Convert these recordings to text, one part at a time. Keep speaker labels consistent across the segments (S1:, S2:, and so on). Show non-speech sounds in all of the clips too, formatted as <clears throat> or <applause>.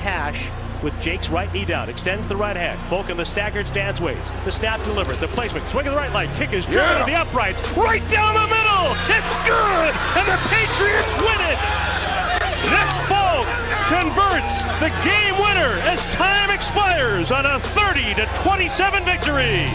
S1: Nash with Jake's right knee down. Extends the right hand. Folk in the staggered stance waits. The snap delivers. The placement. Swing of the right leg. Kick is driven to the uprights. Right down the middle. It's good. And the Patriots win it. Nick Folk converts the game winner as time expires on a 30 to 27 victory.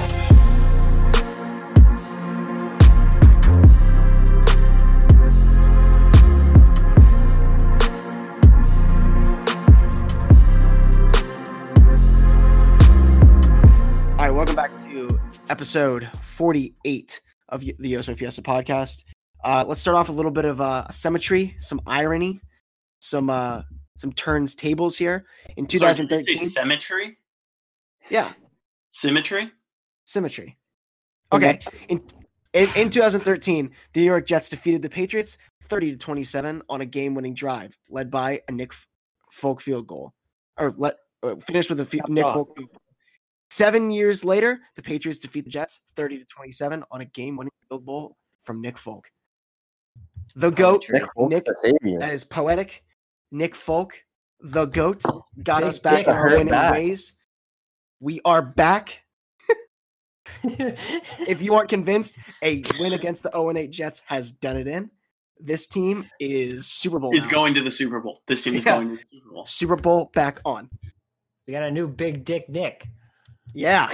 S2: All right, welcome back to episode 48 of y- the Yoso Fiesta podcast. Uh, let's start off a little bit of uh, symmetry, some irony, some uh, some turns tables here. In
S3: Sorry, did you say
S2: 2013,
S3: Symmetry?
S2: yeah,
S3: Symmetry?
S2: symmetry. Okay, in, in in 2013, the New York Jets defeated the Patriots 30 to 27 on a game-winning drive led by a Nick F- Folk field goal, or let uh, finished with a fe-
S4: That's
S2: Nick
S4: awesome.
S2: Folk field goal. Seven years later, the Patriots defeat the Jets 30 to 27 on a game-winning field goal from Nick Folk. The goat
S3: Poetry.
S4: Folk's
S2: Nick-
S4: the savior.
S2: that is poetic. Nick Folk, the goat, got
S4: Big
S2: us back
S4: dick,
S2: in
S4: I
S2: our
S4: heard
S2: winning
S4: that.
S2: ways. We are back. if you aren't convinced, a win against the 0 8 Jets has done it in. This team is Super Bowl.
S3: Is
S2: now.
S3: going to the Super Bowl. This team is
S2: Oh, Yeah.
S3: going to the Super Bowl.
S2: Super Bowl back on.
S5: We got a new big dick Nick.
S3: <laughs>
S2: Yeah.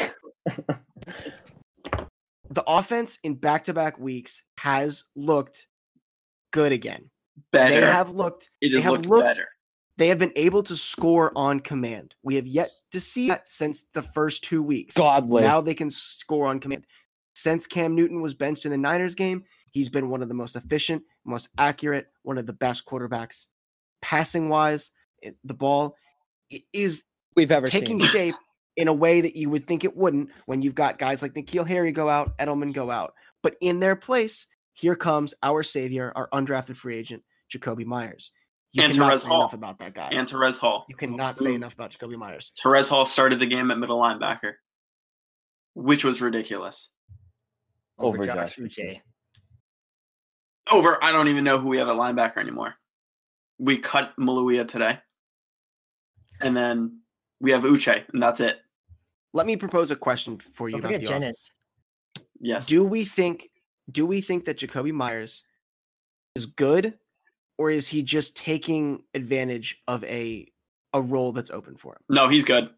S2: the offense in back to back weeks has looked good again.
S3: Better.
S2: They have looked,
S3: it
S2: they
S3: has
S2: have
S3: looked,
S2: looked-
S3: better.
S2: they have been able to score on command. We have yet to see that since the first two weeks.
S4: Godly.
S2: Now they can score on command. Since Cam Newton was benched in the Niners game, he's been one of the most efficient, most accurate, one of the best quarterbacks passing wise. The ball i- is
S6: we've ever
S2: taking
S6: seen.
S2: shape in a way that you would think it wouldn't when you've got guys like Nikhil Harry go out, Edelman go out. But in their place, here comes our savior, our undrafted free agent, Jacoby Myers. You
S3: And
S2: cannot
S3: Terrence
S2: say
S3: Hall.
S2: enough about that guy.
S3: And Therese Hall.
S2: you cannot say
S3: Ooh.
S2: enough about Jacoby Myers.
S3: Therese Hall started the game at middle linebacker, which was ridiculous.
S5: Over,
S4: Over
S5: Josh
S4: Josh.
S5: Uche.
S3: Over, I don't even know who we have at linebacker anymore. We cut Maluia today. And then we have Uche, and that's it.
S2: Let me propose a question for you
S5: Don't
S2: about
S5: forget
S2: the offense.
S5: Jennings.
S3: Yes.
S2: do we think do we think that Jacoby Myers is good or is he just taking advantage of a a role that's open for him?
S3: no, he's good.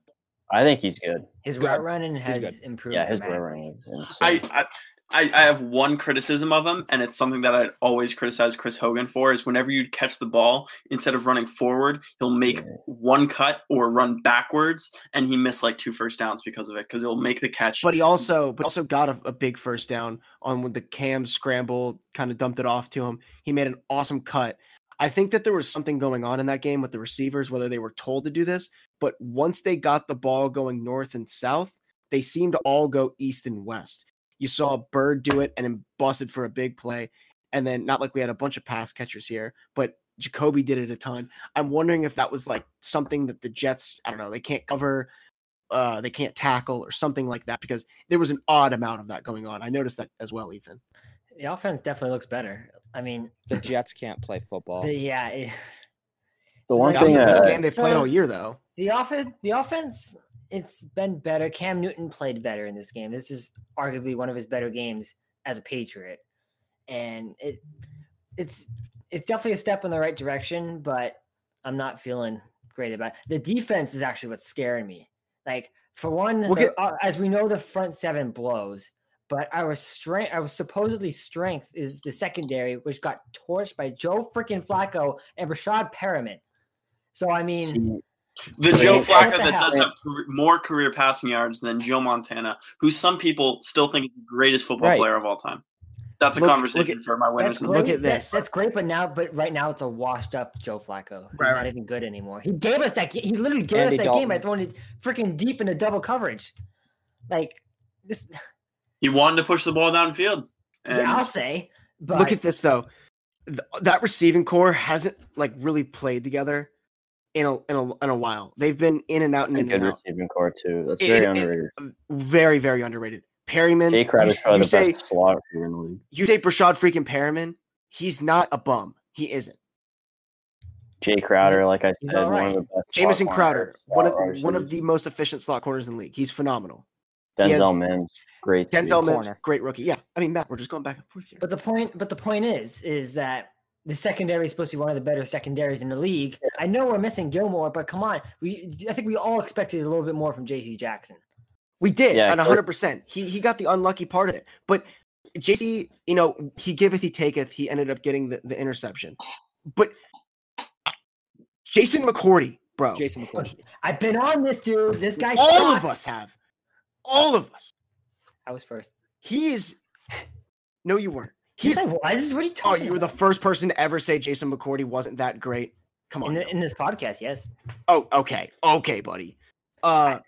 S4: I think he's good.
S5: His
S6: Good.
S5: route running has
S6: good.
S5: improved.
S4: Yeah, his road
S5: dramatically.
S4: running is
S3: I,
S4: insane.
S3: I I I have one criticism of him, and it's something that I always criticize Chris Hogan for is whenever you catch the ball, instead of running forward, he'll make
S4: Yeah.
S3: one cut or run backwards, and he missed like two first downs because of it, because he'll make the catch.
S2: But he also but also got a, a big first down on when the cam scramble kind of dumped it off to him. He made an awesome cut. I think that there was something going on in that game with the receivers, whether they were told to do this, but once they got the ball going north and south, they seemed to all go east and west. You saw Bird do it and then busted for a big play. And then not like we had a bunch of pass catchers here, but Jacoby did it a ton. I'm wondering if that was like something that the Jets, I don't know, they can't cover, uh, they can't tackle or something like that because there was an odd amount of that going on. I noticed that as well, Ethan.
S5: The offense definitely looks better. I mean,
S6: The Jets can't play
S5: <laughs>
S6: football.
S5: the, yeah. it-
S4: The one
S2: The
S5: Like,
S4: thing
S2: offense in
S4: that-
S2: this
S4: uh,
S2: game they played
S5: so- <laughs>
S2: all year though.
S5: The offense, the offense, it's been better. Cam Newton played better in this game. This is arguably one of his better games as a Patriot, and it, it's, it's definitely a step in the right direction. But I'm not feeling great about it. the defense. Is actually what's scaring me. Like for one,
S2: We'll
S5: the-
S2: get-
S5: uh, as we know, the front seven blows. But our strength, our supposedly strength, is the secondary, which got torched by Joe freaking Flacco and Rashad Perriman. So I mean.
S3: the Joe
S4: What the
S3: Flacco that
S5: hell?
S3: does have car- more career passing yards than Joe Montana, who some people still think is the greatest football
S6: Right.
S3: player of all time. That's a
S2: Look- look
S3: conversation
S2: at-
S3: for my winners.
S5: That's
S3: and
S5: great.
S2: Look at
S5: That-
S2: this.
S5: that's great, but now, but right now, it's a washed-up Joe Flacco. He's
S2: Right,
S5: not even good anymore. He gave us that. ga- He literally gave
S6: Andy
S5: us that game by
S6: Dalton.
S5: throwing it freaking deep into double coverage. Like this,
S3: He wanted to push the ball downfield. And
S5: I'll say. But
S2: Look at this though. Th- that receiving core hasn't like really played together in a, in a in a while. They've been in and out and in
S4: and good
S2: and out.
S4: receiving core too. That's
S2: It-
S4: very
S2: it-
S4: underrated.
S2: Very very underrated. Perryman.
S4: Jay
S2: you,
S4: Crowder's probably
S2: you
S4: the
S2: say
S4: best slot receiver in the league.
S2: you say Brashad freaking Perryman. He's not a bum. He isn't.
S4: Jay Crowder, like I
S5: he's
S4: said,
S5: all
S4: one
S5: right.
S4: of the best.
S2: Jamison
S4: slot
S2: Crowder,
S4: corners,
S2: one
S4: slot
S2: of one of
S4: receivers.
S2: the most efficient slot corners in the league. He's phenomenal. he has-
S4: Denzel Mims, great. to
S2: Denzel
S4: be-
S2: Mims,
S6: corner.
S2: great rookie. Yeah, I mean Matt, we're just going back and forth here.
S5: But the point, but the point is, is that the secondary is supposed to be one of the better secondaries in the league. I know we're missing Gilmore, but come on, we I think we all expected a little bit more from J.C. Jackson.
S2: We did,
S4: Yeah,
S2: and
S4: Kirk-
S2: 100%. He he got the unlucky part of it. But JC, you know, he giveth, he taketh. He ended up getting the, the interception. But Jason McCourty, bro,
S6: Jason McCoy.
S5: I've been on this dude. This guy.
S2: Oh. all of
S5: sucks.
S2: us have. All of us.
S5: I was first.
S2: He is. <laughs> No, you weren't.
S5: He's
S2: He's.
S5: like, why is what are you
S2: Oh,
S5: talking?
S2: you were the
S5: about?"
S2: first person to ever say Jason McCourty wasn't that great. Come on.
S5: in,
S2: now.
S5: the, in this podcast. Yes,
S2: oh, okay, okay, buddy. <laughs> Uh,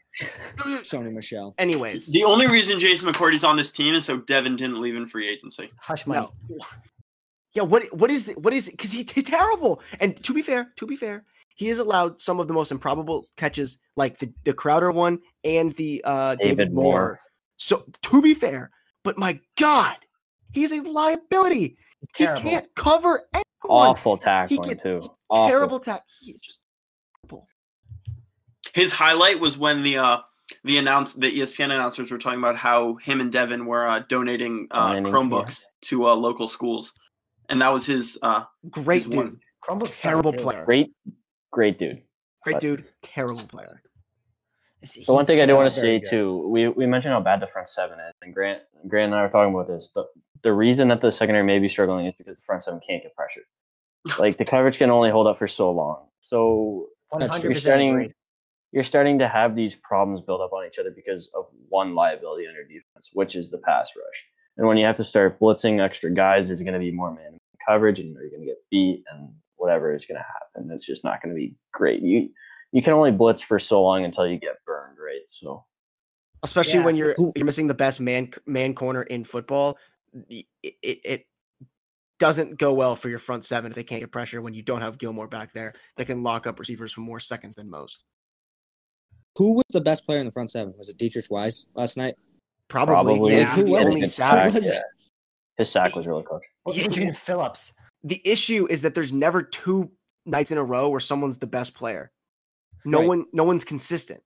S6: Sony Michelle.
S2: anyways,
S3: The only reason Jason McCourty's on this team is so Devin didn't leave in free agency.
S5: hush money.
S2: No. Yeah, what what is it- what is because he did terrible. And to be fair, to be fair, he has allowed some of the most improbable catches, like the, the Crowder one and the uh, David,
S4: David
S2: Moore.
S4: Moore.
S2: So to be fair, but my God, he's a liability. He
S5: Terrible.
S2: can't cover anyone.
S4: Awful tackling
S2: gets
S4: too. Awful.
S2: Terrible tap. He is just
S3: His highlight was when the uh, the announce the E ESPN announcers were talking about how him and Devin were uh, donating uh,
S4: Donating,
S3: Chromebooks to uh, local schools, and that was his. Uh,
S2: great
S3: He's one-
S2: dude.
S5: Chromebook sucked,
S2: Terrible
S5: too.
S2: player.
S4: Great, great dude.
S2: Great dude. Terrible player.
S5: He's-
S4: The one
S5: he's
S4: thing I do
S5: not
S4: want to
S5: very
S4: say
S5: good.
S4: too, we, we mentioned how bad the front seven is, and Grant Grant and I were talking about this. The the reason that the secondary may be struggling is because the front seven can't get pressured. Like the coverage can only hold up for so long. So
S6: That's true.
S4: you're
S5: 100%
S4: starting
S5: agree.
S4: you're starting to have these problems build up on each other because of one liability on your defense, which is the pass rush. And when you have to start blitzing extra guys, there's going to be more man coverage, and you're going to get beat, and whatever is going to happen, it's just not going to be great. You you can only blitz for so long until you get burned, right? So
S2: especially
S5: Yeah.
S2: when you're
S6: Who-
S2: you're missing the best man man corner in football. y- It, it, it doesn't go well for your front seven if they can't get pressure when you don't have Gilmore back there that can lock up receivers for more seconds than most.
S6: Who was the best player in the front seven? Was it Dietrich Wise last night?
S2: Probably,
S4: Probably.
S2: yeah,
S6: Who
S2: the
S6: was
S2: only
S4: it?
S2: sack-
S6: Was it?
S4: his sack was really close.
S5: Well,
S2: Yeah,
S5: Adrian Phillips.
S2: The issue is that there's never two nights in a row where someone's the best player. No
S6: Right.
S2: one, no one's consistent.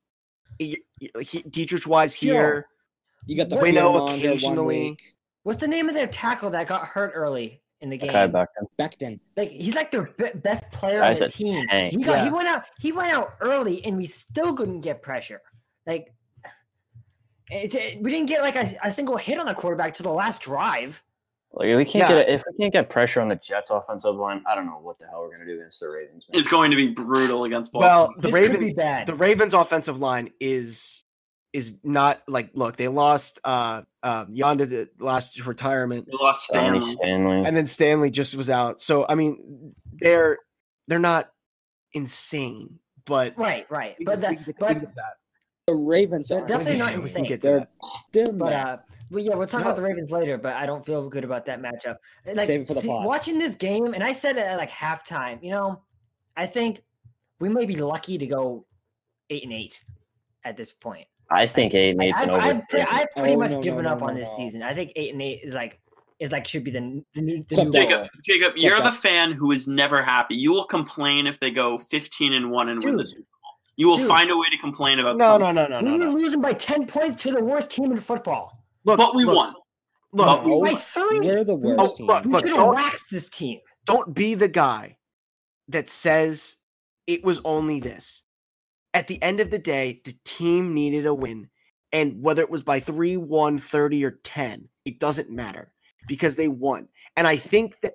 S2: Y- y- like he- Dietrich Wise
S5: Yeah.
S2: here.
S6: You got the
S2: We know
S6: Freeman on there one
S2: occasionally-
S6: week. Back
S5: What's the name of their tackle that got hurt early in the game?
S4: Kai Beckham.
S6: then.
S5: Like he's like their be- best player on
S4: Guy's
S5: the
S4: a
S5: team.
S4: tank.
S5: He got he
S6: Yeah.
S5: went out he went out early and we still couldn't get pressure. Like it, it- we didn't get like a, a single hit on the quarterback till the last drive.
S4: Like if we can't
S2: Yeah.
S4: get if we can't get pressure on the Jets' offensive line, I don't know what the hell we're going to do against the Ravens. man.
S3: it's going to be brutal against Baltimore.
S2: Well, the
S5: this
S2: Ravens.
S5: could be bad.
S2: the Ravens offensive line is is not like look, they lost uh uh Yonda to last to retirement
S3: they lost
S4: Stanley.
S3: Stanley.
S4: Stanley.
S2: and then Stanley just was out. So I mean they're they're not insane, but
S5: right, right.
S2: we can- we
S5: But that
S2: can get- we
S5: but
S2: can get that.
S6: The Ravens
S5: They're
S6: are
S5: definitely not
S2: We can
S5: insane.
S2: get to
S6: They're
S2: that.
S6: they're
S5: But
S6: mad.
S5: uh, well, yeah, we'll talk
S2: No.
S5: about the Ravens later. But I don't feel good about that matchup. And, Like,
S6: Save it for the
S5: th-
S6: pod.
S5: Watching this game, and I said it at like halftime. You know, I think we may be lucky to go eight and eight at this point.
S4: I think eight and
S5: Like,
S4: eight's an
S5: I've,
S4: over.
S5: I've, pre- I've pretty
S6: Oh,
S5: much
S6: no, no,
S5: given
S6: no,
S5: up
S6: no,
S5: on this
S6: no.
S5: season. I think eight and eight is like is like should be the n- the new the
S6: Come
S5: new
S6: back.
S5: goal.
S3: Jacob, Jacob, you're
S6: Jacob.
S3: the fan who is never happy. You will complain if they go 15 and one and win the
S5: Dude.
S3: Super Bowl. You will
S5: Dude.
S3: find a way to complain about
S2: No,
S3: something.
S2: no, no, no,
S5: we
S2: no,
S5: were
S2: no.
S5: losing by ten points to the worst team in football.
S2: Look,
S3: But we
S2: look,
S3: won.
S2: Look,
S3: But we-
S5: By three,
S6: We're the worst team.
S2: Oh, look.
S5: we should have
S2: don't-
S5: waxed this team.
S2: don't be the guy that says it was only this. At the end of the day, the team needed a win. And whether it was by 3, 1, 30, or 10, it doesn't matter because they won. And I think that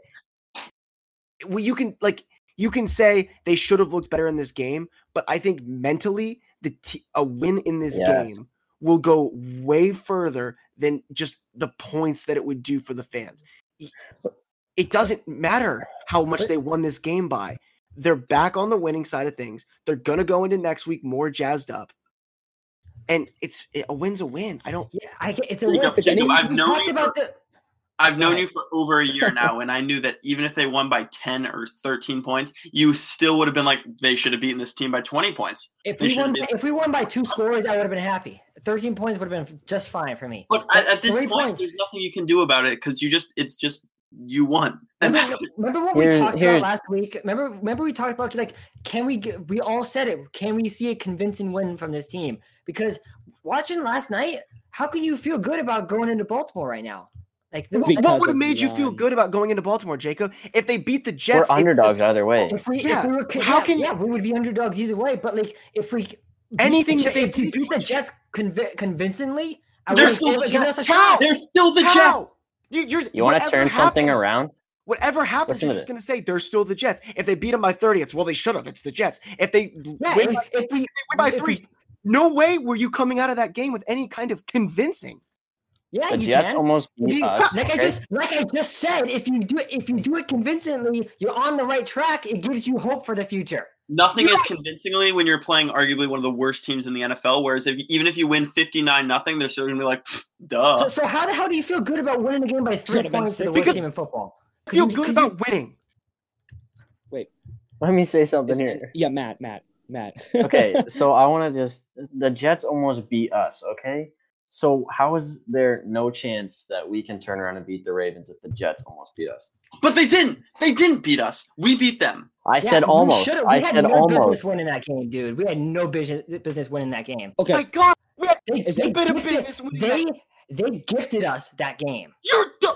S2: well, you can like you can say they should have looked better in this game, but I think mentally the t- a win in this
S4: Yes.
S2: game will go way further than just the points that it would do for the fans. Y- It doesn't matter how much they won this game by. They're back on the winning side of things. They're gonna go into next week more jazzed up, and it's a win's a win. I don't.
S5: Yeah, I get, it's a
S3: Jacob,
S5: win.
S3: Jacob,
S5: We
S3: I've known
S5: talked
S3: you
S5: about the.
S3: I've known
S5: Right.
S3: you for over a year now, and I knew that even if they won by 10 or 13 points, you still would have been like, they should have beaten this team by 20 points.
S5: If
S3: They
S5: we
S3: should
S5: won,
S3: have
S5: by- if we won by two scores, I would have been happy. Thirteen points would have been just fine for me.
S3: But at, at this
S5: Three
S3: point,
S5: points.
S3: there's nothing you can do about it because you just, it's just you won. And
S5: Remember,
S3: <laughs> that's
S5: remember what we
S4: Here's-
S5: talked about
S4: here's-
S5: last week? Remember, remember we talked about like, can we get? We all said it. Can we see a convincing win from this team? Because watching last night, how can you feel good about going into Baltimore right now? Like, the,
S2: What-
S6: Because
S2: what would
S6: of
S2: have made you feel
S6: one.
S2: good about going into Baltimore, Jacob? If they beat the
S4: We're
S2: Jets, if-
S4: underdogs either way.
S5: if we,
S2: yeah,
S5: if we were, ki-
S2: how
S5: yeah,
S2: can-
S5: yeah, we would be underdogs either way. But like, if we beat the
S2: Anything that
S5: Jet-
S2: they
S5: if we
S2: did-
S5: beat the Jets convi- convincingly, I
S3: They're
S5: would
S3: still
S5: give
S3: the
S5: us a
S3: Jets.
S5: shot.
S3: They're still the
S2: How?
S3: Jets.
S2: you, you're,
S4: You want to
S2: whatever
S4: turn something
S2: happens-
S4: around?
S2: Whatever happens,
S4: Listen
S2: you're
S4: to
S2: just going to say they're still the Jets. If they beat them by 30, it's well, they should have. It's the Jets. If they l-
S5: Yeah,
S2: win,
S5: if,
S2: by,
S5: if
S2: they
S5: we
S2: win by
S5: if we-
S2: three, no way were you coming out of that game with any kind of convincing.
S5: yeah,
S4: The
S5: you
S4: Jets
S5: can.
S4: almost
S5: If
S4: beat
S5: you-
S4: us.
S5: like I
S4: okay?
S5: just like I just said, if you do it if you do it convincingly, you're on the right track. It gives you hope for the future.
S3: Nothing is convincingly when you're playing arguably one of the worst teams in the NFL. Whereas if even if you win fifty nine nothing, they're still gonna be like, "Pfft,
S4: Uh.
S3: duh.
S5: So, so how the hell do you feel good about winning a game by three
S6: Should've been
S5: points to the worst
S6: six.
S2: Because-
S5: team in football? 'Cause
S2: Feel
S5: you-
S2: good
S5: 'cause
S2: about
S5: you-
S2: winning.
S4: Let me say something
S6: Is-
S4: here.
S5: <laughs>
S6: Yeah, Matt, Matt, Matt. <laughs>
S4: okay, so I want to just the Jets almost beat us. Okay, so how is there no chance that we can turn around and beat the Ravens if the Jets almost beat us?
S3: but they didn't. They didn't beat us. We beat them.
S4: I
S5: yeah,
S4: said
S5: we
S4: almost.
S5: should've-
S4: I
S5: we had
S4: said
S5: no
S4: almost.
S5: Business winning that game, dude. We had no business business winning that game.
S6: okay.
S2: My God, we had
S5: They,
S6: Is
S5: they
S2: a bit of
S5: gifted-
S2: business. winning that-
S5: They they gifted us that game.
S2: You're. du-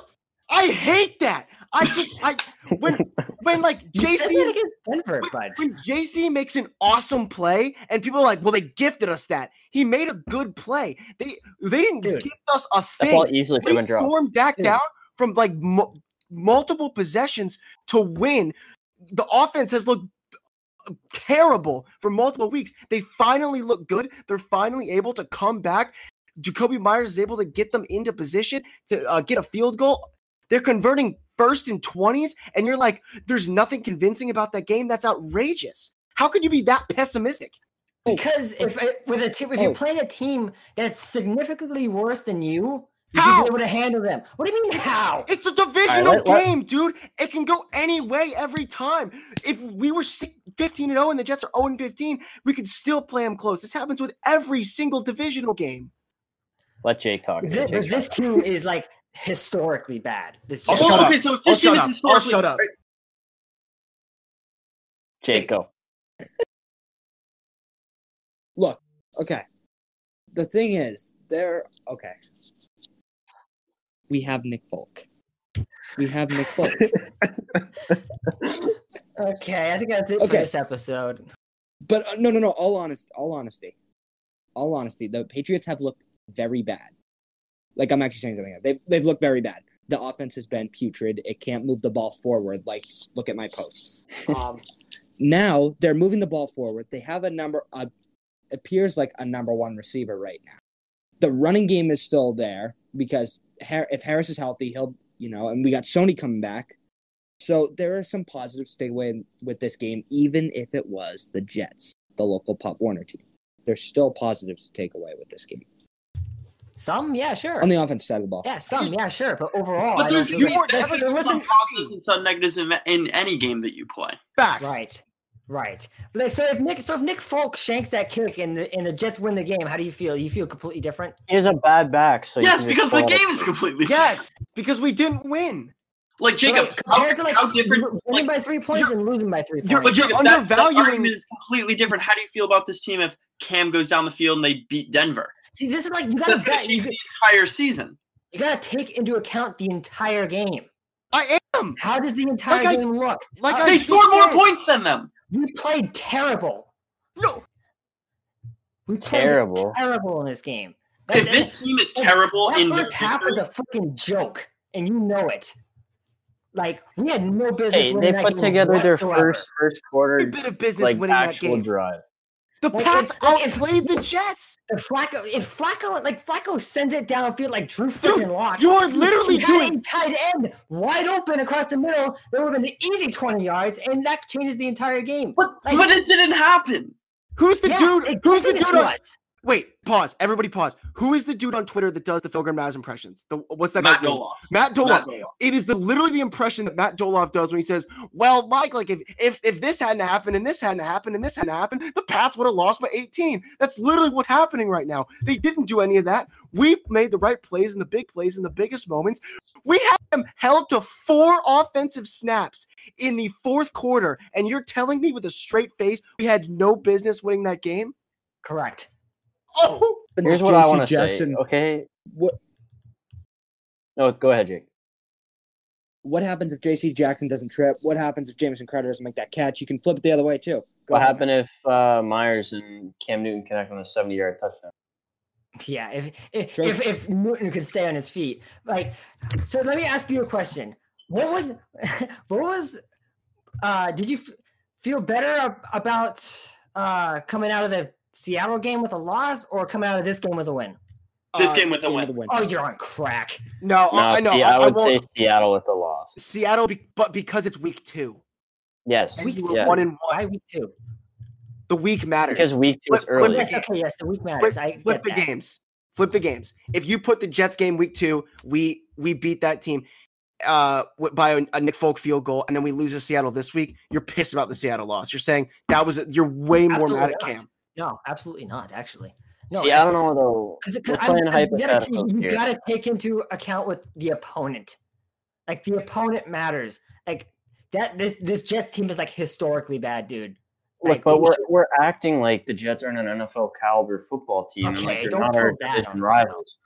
S2: I hate that. I just. I when when like
S5: <laughs> You said that
S2: JC
S5: against Denver, bud.
S2: when JC makes an awesome play and people are like, well, they gifted us that. He made a good play. They they didn't
S5: Dude,
S2: gift us a
S4: That
S2: thing.
S4: ball easily could
S2: We
S4: have been dropped.
S2: stormed Dak
S5: Dude.
S2: down from like mu- multiple possessions to win. The offense has looked terrible for multiple weeks. They finally look good. They're finally able to come back. Jacoby Myers is able to get them into position to uh, get a field goal. They're converting first and 20s, and you're like, there's nothing convincing about that game. That's outrageous. How could you be that pessimistic?
S5: Because if it- with a team, if you're
S6: Oh.
S5: playing a team that's significantly worse than you, you
S2: How?
S5: should be able to handle them. What do you mean how?
S2: It's a divisional
S4: let- let-
S2: game, dude. It can go any way every time. If we were si- 15 and 0 and the Jets are 0 and 15, we could still play them close. This happens with every single divisional game.
S4: Let Jake talk.
S5: Thi-
S4: Let
S5: This,
S4: Jake talk.
S5: team is like historically bad. This
S2: I'll
S5: Jets
S2: shut
S3: Well,
S5: team.
S2: up.
S3: Oh, okay, so if
S2: I'll
S3: this
S2: Oh, shut
S3: team
S5: Oh,
S3: is
S2: up. I'll
S3: historically-
S2: shut up.
S4: Jake, go.
S6: Okay. The thing is, they're okay. We have Nick Folk. We have Nick Folk.
S2: <laughs>
S5: Okay, I think that's it for
S6: Okay.
S5: this episode.
S6: but uh, no, no, no. All honest, all honesty, all honesty. The Patriots have looked very bad. Like I'm actually saying something. They've they've looked very bad. The offense has been putrid. It can't move the ball forward. Like look at my posts. Um, now they're moving the ball forward. They have a number. Uh, appears like a number one receiver right now. The running game is still there because Har- if Harris is healthy, he'll you know. And we got Sony coming back. So there are some positives to take away in- with this game, even if it was the Jets, the local Pop Warner team. There's still positives to take away with this game
S5: Some, yeah, sure.
S6: on the offensive side of the ball.
S5: Yeah, some, yeah, sure. But overall,
S3: But
S5: I
S3: there's
S5: don't
S3: you
S5: think
S3: were
S5: it's- that's-
S3: there's some
S5: listen,
S3: positives and some negatives in, in any game that you play.
S2: Facts.
S5: right, right. But like, so if Nick, so if Nick Folk shanks that kick and the and the Jets win the game, how do you feel? You feel completely different.
S4: He has a bad back. So you
S3: Yes,
S4: can
S3: because the
S4: just pull out a-
S3: game is completely
S2: Yes, because we didn't win.
S3: Like
S5: So,
S3: Jacob,
S5: like,
S3: how,
S5: compared to like
S3: how different? Like,
S5: winning by three points and losing by three
S2: you're-
S5: points.
S3: but
S2: you're
S3: Jacob, that, that
S2: undervaluing-
S3: argument is completely different. How do you feel about this team if Cam goes down the field and they beat Denver?
S5: See, this is like you gotta
S3: That's going to
S5: bet, you,
S3: change the entire season.
S5: you gotta take into account the entire game.
S2: I am.
S5: How does the entire
S2: Like I-
S5: game look?
S2: Like
S5: Uh, They
S2: I
S3: They
S2: just
S3: scored more
S2: said.
S3: points than them.
S5: We played terrible.
S2: No,
S5: We played
S4: Terrible.
S5: terrible in this game.
S3: If
S5: That-
S3: this team is
S5: that-
S3: terrible
S5: that
S3: in
S5: first half was
S3: victory-
S5: a freaking joke, and you know it. Like we had no business.
S4: Hey,
S5: winning
S4: they
S5: that
S4: put
S5: game
S4: together their
S5: whatsoever.
S4: first first
S2: every
S4: quarter
S2: bit of business
S4: like
S2: winning that
S4: actual
S2: game.
S4: drive.
S2: The
S5: Like,
S2: Pats
S5: it's- like, it's-
S2: outplayed the Jets.
S5: If Flacco, if Flacco, like Flacco sends it downfield like Drew freaking Lock.
S2: You are literally
S5: he
S2: doing.
S5: had a tight end wide open across the middle. There would have been an easy twenty yards, and that changes the entire game.
S3: But,
S5: Like-
S3: but it didn't happen.
S2: Who's the
S5: Yeah,
S2: dude?
S5: it
S2: Who's the
S5: gifted it
S2: dude?
S5: to
S2: On,
S5: us.
S2: wait, pause. Everybody, pause. Who is the dude on Twitter that does the Phil Maz impressions? The, what's that
S3: Matt
S2: guy's name?
S3: Doloff.
S2: Matt Doloff.
S3: Matt Doloff.
S2: it is the literally the impression that Matt Doloff does when he says, "Well, Mike, like if if if this hadn't happened and this hadn't happened and this hadn't happened, the Pats would have lost by 18." That's literally what's happening right now. They didn't do any of that. We made the right plays and the big plays and the biggest moments. We had am held to four offensive snaps in the fourth quarter, and you're telling me with a straight face we had no business winning that game?
S5: Correct.
S2: Oh,
S4: Here's what I want to say. Okay.
S6: What
S4: No, go ahead, Jake.
S6: what happens if J.C. Jackson doesn't trip? What happens if Jameson Crowder doesn't make that catch? You can flip it the other way too. Go
S4: What
S6: ahead.
S4: happened if uh, Myers and Cam Newton connect on a 70 yard touchdown?
S5: Yeah, if if,
S6: Sure.
S5: if if Newton could stay on his feet, like, so let me ask you a question. What was <laughs> what was uh did you f- feel better ab- about uh coming out of the Seattle game with a loss or coming out of this game with a win?
S3: This
S2: Uh,
S3: game with the
S6: Game of
S3: win.
S6: the win.
S5: Oh, you're on crack.
S2: no,
S4: No,
S2: Oh, I I know.
S4: see,
S2: I,
S4: I,
S2: I
S4: would say
S2: won't.
S4: Seattle with the loss.
S2: Seattle, be, but because it's week two,
S4: Yes.
S2: and you were
S4: yeah.
S2: one and one,
S5: Why week two?
S2: the week matters.
S4: Because week two is
S2: Flip- flip
S4: early.
S2: the
S5: Yes,
S2: game.
S5: okay, yes, the week
S2: flip,
S5: matters. I get
S2: flip the
S5: that.
S2: games. Flip the games. If you put the Jets game week two, we we beat that team uh wi- by a, a Nick Folk field goal, and then we lose to Seattle this week. You're pissed about the Seattle loss. You're saying that was a, you're way more mad at
S5: Absolutely not.
S2: Cam.
S5: No, absolutely not. Actually, no.
S4: see, I don't know though.
S5: Because
S4: We're playing hypotheticals
S5: you
S4: here.
S5: gotta take into account with the opponent. Like the opponent matters. Like that this this Jets team is like historically bad, dude.
S4: Look,
S5: Like,
S4: but
S5: they
S4: we're
S5: should-
S4: we're acting like the Jets aren't an NFL caliber football team, and
S5: Okay,
S4: like they're
S5: don't
S4: not our
S5: put that on
S4: division
S5: them.
S4: rivals.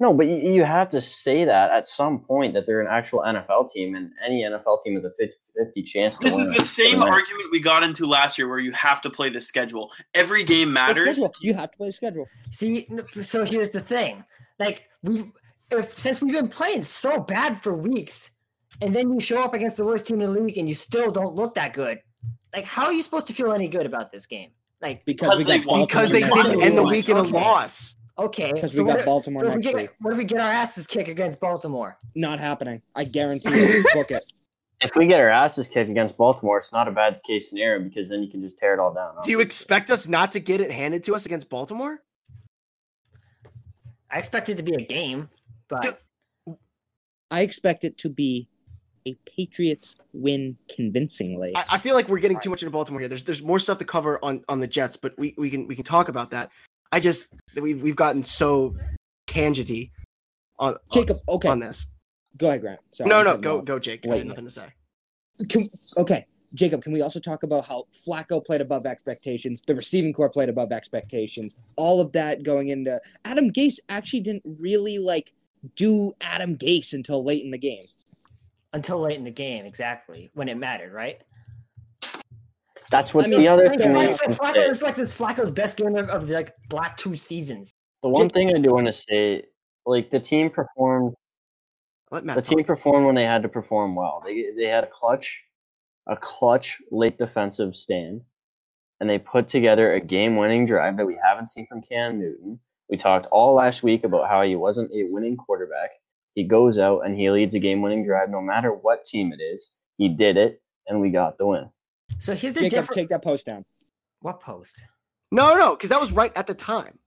S4: No, but you, you have to say that at some point that they're an actual NFL team, and any NFL team is a 50-50 chance. To
S3: This
S4: win
S3: is
S4: it.
S3: the same
S4: Right.
S3: argument we got into last year, where you have to play the schedule. Every game
S6: The
S3: matters.
S6: schedule. You have to play the schedule.
S5: See, n- so here's the thing. Like we, if since we've been playing so bad for weeks, and then you show up against the worst team in the league and you still don't look that good. Like, how are you supposed to feel any good about this game? Like,
S6: Because,
S3: Because
S6: we
S3: they
S6: got
S3: won.
S6: Baltimore
S2: Because they
S6: next
S2: didn't
S6: week.
S2: end the week in a
S5: Okay.
S2: loss.
S5: okay,
S6: Because
S5: so
S6: we
S5: what
S6: got
S5: if-
S6: Baltimore
S5: so if we
S6: next
S5: get-
S6: week.
S5: What if we get our asses kicked against Baltimore?
S6: Not happening. I guarantee
S5: <laughs>
S6: you. Book it.
S4: If we get our asses kicked against Baltimore, it's not a bad case scenario because then you can just tear it all down.
S2: Do you expect us not to get it handed to us against Baltimore?
S5: I expect it to be a game, but
S2: Dude,
S6: I expect it to be a Patriots win convincingly.
S2: I, I feel like we're getting too much into Baltimore here. There's there's more stuff to cover on on the Jets, but we, we can we can talk about that. I just we've we've gotten so tangenty on
S6: Jacob. Okay,
S2: on this.
S6: go ahead, Grant. Sorry,
S2: No,
S6: I'm
S2: no,
S6: cutting
S2: go
S6: off.
S2: go, Jake. I
S6: Wait.
S2: had nothing to say.
S6: Can- okay, Jacob. Can we also talk about how Flacco played above expectations? The receiving core played above expectations. All of that going into Adam Gase actually didn't really like do Adam Gase until late in the game.
S5: until late in the game, exactly when it mattered, right?
S4: That's what
S6: I mean,
S4: the other
S5: I mean,
S4: thing
S5: Flacco,
S4: is.
S5: so Flacco it's like this Flacco's best game of, of the, like the last two seasons.
S4: The one
S6: Jake-
S4: thing I do want to say, like the team performed
S2: Let
S4: the
S2: Matt
S4: team
S2: talk.
S4: performed when they had to perform well. They they had a clutch, a clutch late defensive stand, and they put together a game-winning drive that we haven't seen from Cam Newton. We talked all last week about how he wasn't a winning quarterback. He goes out and he leads a game-winning drive, no matter what team it is. He did it, and we got the win.
S5: So here's the
S6: Jacob,
S5: difference.
S6: take that post down.
S5: what post?
S2: No, no, because that was right at the time.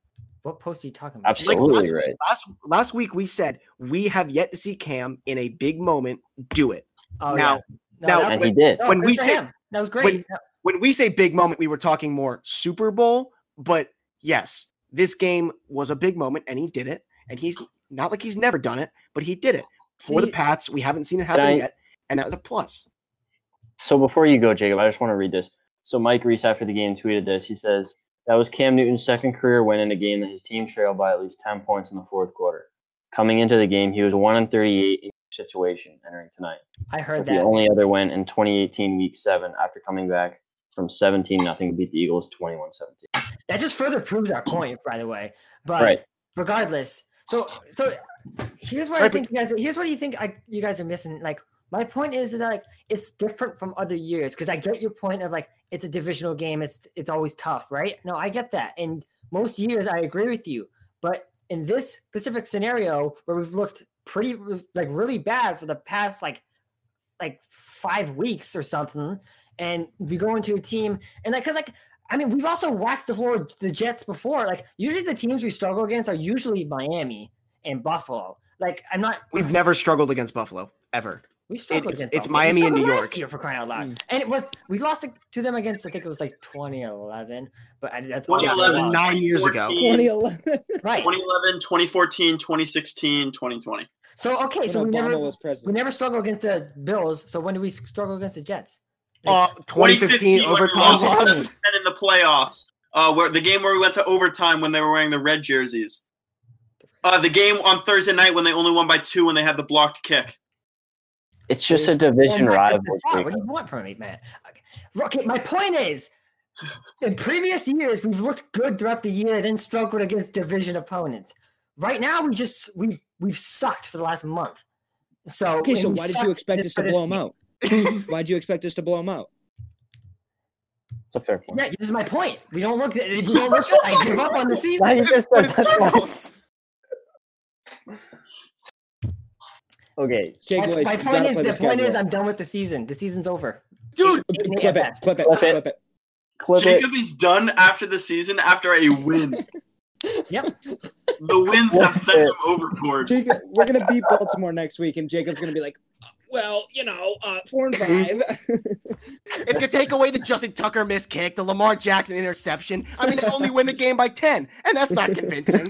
S5: What post are you talking about?
S4: Absolutely
S2: last-
S4: right.
S2: Last last week we said we have yet to see Cam in a big moment do it.
S5: Oh,
S2: now-
S5: yeah.
S2: now-
S5: that-
S4: And he did.
S5: no,
S2: when
S5: good
S2: we
S5: for
S2: think-
S5: him. that was great.
S2: when-
S5: That-
S2: When we say big moment, we were talking more Super Bowl, but yes, this game was a big moment and he did it. And he's not like he's never done it, but he did it for the
S5: See-
S2: Pats. We haven't seen it happen
S4: I-
S2: yet, and that was a plus.
S4: So before you go, Jacob, I just want to read this. So Mike Reese after the game tweeted this. He says that was Cam Newton's second career win in a game that his team trailed by at least ten points in the fourth quarter. Coming into the game, he was one in thirty-eight in each situation entering tonight.
S5: I heard
S4: With The
S5: that.
S4: only other win in 2018 Week Seven after coming back from 17 nothing to beat the Eagles 21-17.
S5: That just further proves our point, by the way. But
S4: Right.
S5: regardless, so so here's what I
S2: Right, but-
S5: think you guys. Here's what you think I you guys are missing. Like my point is that like it's different from other years because I get your point of like it's a divisional game. It's it's always tough, right? No, I get that. And most years I agree with you, but in this specific scenario where we've looked pretty like really bad for the past like like five weeks or something, and we go into a team and like because like I mean, we've also waxed the floor with the Jets before. Like usually the teams we struggle against are usually Miami and Buffalo. Like I'm not
S2: We've never struggled against Buffalo ever.
S5: we struggled
S2: it's-
S5: against
S2: it's
S5: Buffalo. We
S2: Miami and
S5: struggled
S2: New
S5: last
S2: York. Mm.
S5: year for crying out loud. And it was we lost it to them against I think it was like 2011, but I, that's all I
S3: 2011,
S5: saw.
S2: nine years ago.
S3: 14,
S6: 2011.
S5: right.
S3: 2011, 2014, 2016, 2020.
S5: So okay, so
S6: when
S5: we
S6: Obama
S5: never
S6: was
S5: we
S6: president.
S5: never struggle against the Bills. So when do we struggle against the Jets?
S2: Uh, 2015,
S3: when we
S2: overtime
S3: lost to
S2: loss.
S3: them and in the playoffs, uh, where the game where we went to overtime when they were wearing the red jerseys. Uh, the game on Thursday night when they only won by two when they had the blocked kick.
S4: It's just a division
S5: Well, Matt,
S4: rival.
S5: just the thought. What do you want from me, man? Okay, my point is, in previous years we've looked good throughout the year, then struggled against division opponents. Right now, we just we've we've sucked for the last month. So
S6: Okay, so
S5: and we
S6: why did
S5: sucked
S6: you expect us to
S5: for this <laughs>
S6: blow him
S5: year.
S6: out? Why'd you expect us to blow him out?
S4: It's a fair point.
S5: Yeah, this is my point. We don't look. At, we don't look. At, I give up on the season.
S4: Now you just
S2: But
S4: said
S2: <laughs> it's
S4: that twice.
S2: circles.
S4: <laughs> Okay,
S6: Jake
S5: That's-
S6: Lloyd,
S5: my
S6: you gotta
S5: point
S6: play
S5: is,
S6: this
S5: the point
S6: guy,
S5: is,
S6: bro.
S5: I'm done with the season. The season's over.
S2: Dude,
S5: It- it-
S6: clip
S5: at
S6: it,
S5: best.
S6: clip it,
S4: Clip it.
S6: clip it.
S4: clip it.
S3: Jacob is done after the season after a win.
S5: Yep.
S3: The wins have sent him overboard.
S6: Jacob, we're gonna beat Baltimore next week, and Jacob's gonna be like, "Well, you know, uh, four and <laughs> five.
S2: If you take away the Justin Tucker missed kick, the Lamar Jackson interception, I mean, they only win the game by 10, and that's not
S5: <laughs>
S2: convincing.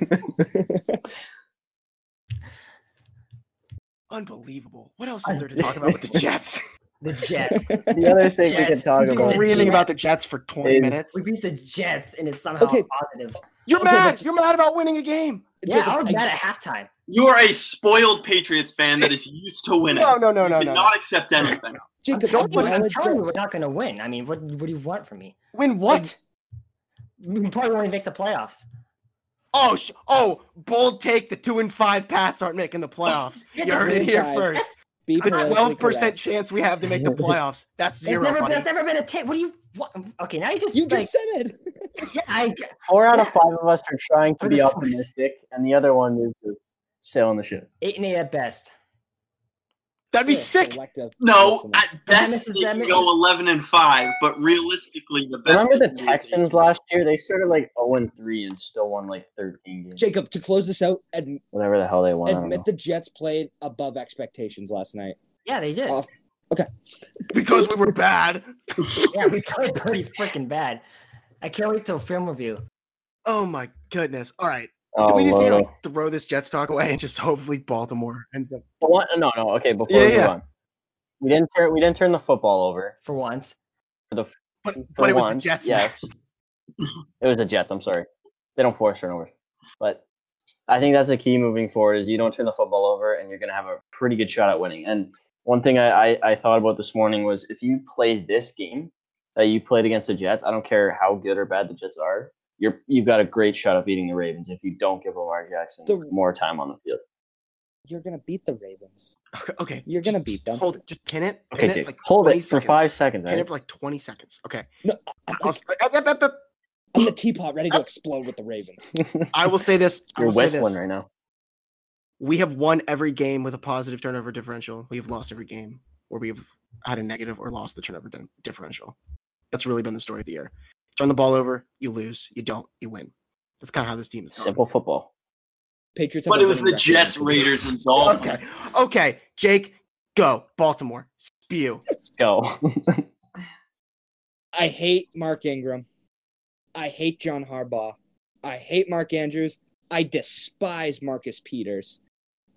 S2: Unbelievable. What else is there to talk about
S5: <laughs>
S2: with the Jets?
S6: <laughs>
S5: The Jets.
S4: The other thing we can
S5: Jets.
S4: talk
S5: You
S4: about.
S5: can read-
S2: <laughs> Reading about the Jets for 20
S4: Is-
S2: minutes.
S5: We beat the Jets, and it's somehow
S6: Okay.
S5: positive.
S2: You're
S6: Okay,
S2: mad.
S6: but-
S2: You're mad about winning a game.
S5: Yeah, I
S6: Jacob,
S5: was
S6: I-
S5: mad at halftime.
S3: You are a spoiled Patriots fan that is used to winning.
S2: No, no, no, no,
S3: you
S2: no.
S3: Not accept anything.
S5: I'm
S6: Jacob,
S5: telling you, I'm
S6: acknowledge
S5: telling you,
S6: this.
S5: we're not going to win. I mean, what what do you want from me?
S2: Win what?
S5: We probably won't even make the playoffs.
S2: Oh, sh- oh, bold take. The two and five Pats aren't making the playoffs. You heard it here first.
S6: Be
S2: The
S6: politically
S2: 12 percent
S6: correct.
S2: chance we have to make the playoffs. That's
S5: There's
S2: zero,
S5: never,
S2: buddy.
S5: there's never been a take. What do you? What, okay, now you just
S6: You
S5: like,
S6: just said it.
S5: yeah, I,
S4: Four out of five of us are trying to
S5: For
S4: be
S5: the-
S4: optimistic, and the other one is just sailing the ship.
S5: eight and eight at best.
S2: That'd be
S6: You're a
S2: sick.
S6: selective
S3: No,
S6: listener.
S3: at
S5: Dennis
S3: best
S5: is
S3: they can
S5: Dennis.
S3: go eleven and five, but realistically, the best.
S4: Remember
S3: they can
S4: the
S3: do is eight.
S4: Texans last year? They started like 0 and 3 and still won like 13 games.
S6: Jacob, to close this out, ad-
S4: Whatever the hell they won. I don't
S6: admit
S4: know.
S6: the Jets played above expectations last night.
S5: Yeah, they did.
S6: Off.
S2: because we were bad.
S5: <laughs> Yeah, we played pretty freaking bad. I can't wait till film review.
S2: Oh my goodness. All right. Do
S4: Oh,
S2: we just need to
S4: Lord.
S2: like, throw this Jets talk away and just hopefully Baltimore ends up?
S4: But what- No, no. Okay, before
S2: Yeah,
S4: we
S2: yeah.
S4: move on, we didn't turn we didn't turn the football over
S5: For once,
S4: for the for
S2: But, but it was
S4: once,
S2: the Jets. man.
S4: Yes, it was the Jets. I'm sorry, they don't force turnovers, but I think that's the key moving forward is you don't turn the football over, and you're going to have a pretty good shot at winning. And one thing I, I I thought about this morning was if you play this game that you played against the Jets, I don't care how good or bad the Jets are. You're, you've got a great shot at beating the Ravens if you don't give Lamar Jackson
S6: The-
S4: more time on the field.
S6: You're gonna beat the Ravens.
S2: Okay, Okay.
S6: <laughs> You're gonna
S2: just
S6: beat them.
S2: Hold it. Just pin it.
S4: Okay,
S2: Pin it
S4: Jake,
S2: for like
S4: hold
S2: 20
S4: it for
S2: seconds.
S4: five seconds. all
S2: Pin
S4: right?
S2: it for like 20 seconds. Okay.
S6: No, I'm,
S2: I'll, s- uh, uh, uh, uh,
S6: I'm the teapot ready to explode with the Ravens.
S4: <laughs>
S2: I will say this. I
S4: You're
S2: will say this.
S4: whistling right now.
S2: We have won every game with a positive turnover differential. We have lost every game where we have had a negative or lost the turnover di- differential. That's really been the story of the year. Turn the ball over, you lose. You don't, you win. That's kind of how this team is. gone.
S4: Simple football.
S6: Patriots. have
S3: But
S6: a
S3: it was
S6: winning
S3: the
S6: record
S3: Jets,
S6: against the Bills.
S3: Raiders, and Dolphins.
S2: Okay. Okay. Jake, go. Baltimore. Spew.
S4: Go. <laughs>
S6: I hate Mark Ingram. I hate John Harbaugh. I hate Mark Andrews. I despise Marcus Peters.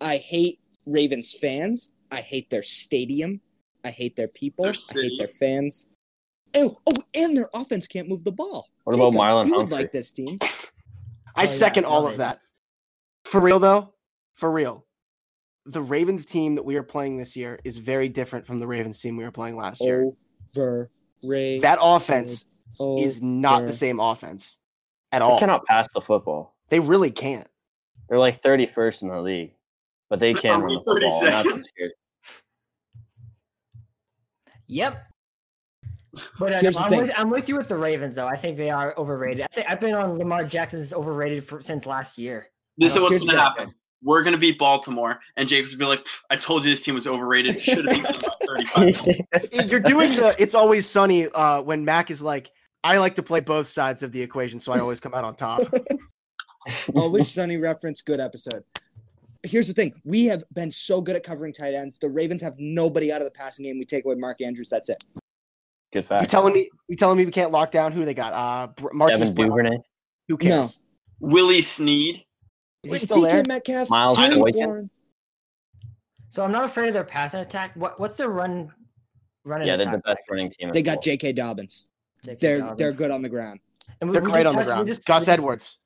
S6: I hate Ravens fans. I hate their stadium. I hate their people.
S3: Their
S6: I
S3: city.
S6: hate their fans. Oh, oh, and their offense can't move the ball.
S4: What about
S6: Jacob,
S4: Marlon
S6: You would
S4: Humphrey?
S6: like this team.
S2: I
S5: Oh, yeah,
S2: second
S5: I
S2: all
S5: love
S2: of
S5: it.
S2: that. For real though, for real. The Ravens team that we are playing this year is very different from the Ravens team we were playing last year.
S6: Overrated.
S2: that offense
S6: Oh,
S2: is not the
S6: over.
S2: same offense at
S4: they
S2: all.
S4: cannot pass the football.
S2: They really can't.
S4: They're like 31st in the league, but they can
S3: Are
S4: run
S3: we
S4: the football. and that's what's scary.
S5: Yep. But uh,
S6: Here's
S5: no,
S6: the
S5: I'm, with,
S6: thing.
S5: I'm with you with the Ravens, though. I think they are overrated. I think I've been on Lamar Jackson's overrated for, since last year.
S3: This is
S6: Here's
S3: what's
S6: the
S3: gonna happen. We're gonna beat Baltimore, and Jacob's gonna be like, "Pff, "I told you this team was overrated. Should have beat them
S6: <laughs>
S3: by thirty-five.
S4: <laughs>
S2: You're doing the it's always sunny uh, when Mac is like, I like to play both sides of the equation, so I always come out on
S4: <laughs>
S2: top.
S6: Always Sunny reference, good episode. Here's the thing. We have been so good at covering tight ends. The Ravens have nobody out of the passing game. We take away Mark Andrews. That's it.
S4: Good
S2: You
S4: fact.
S2: telling me you telling me we can't lock down who they got? Uh Br- Marquise
S4: Devin
S2: Brown.
S4: Duvernay.
S2: Who cares?
S6: No.
S3: Willie Sneed.
S2: Is he
S6: Wait,
S2: still
S6: DK
S2: there?
S6: Metcalf,
S4: Miles
S6: Terry
S4: Boykin?
S6: McLaurin.
S5: So I'm not afraid of their passing attack. What what's their run? Running
S4: Yeah, they're
S5: attack
S4: the best running team. in
S6: They
S4: the
S6: got
S4: world.
S6: J.K. Dobbins.
S5: J.K.
S6: They're
S5: Dobbins.
S6: they're good on the ground.
S5: And we,
S2: They're
S5: we
S2: great
S5: just
S2: on the
S5: touched- we
S2: ground.
S5: just-
S2: Gus
S5: we just-
S2: Edwards.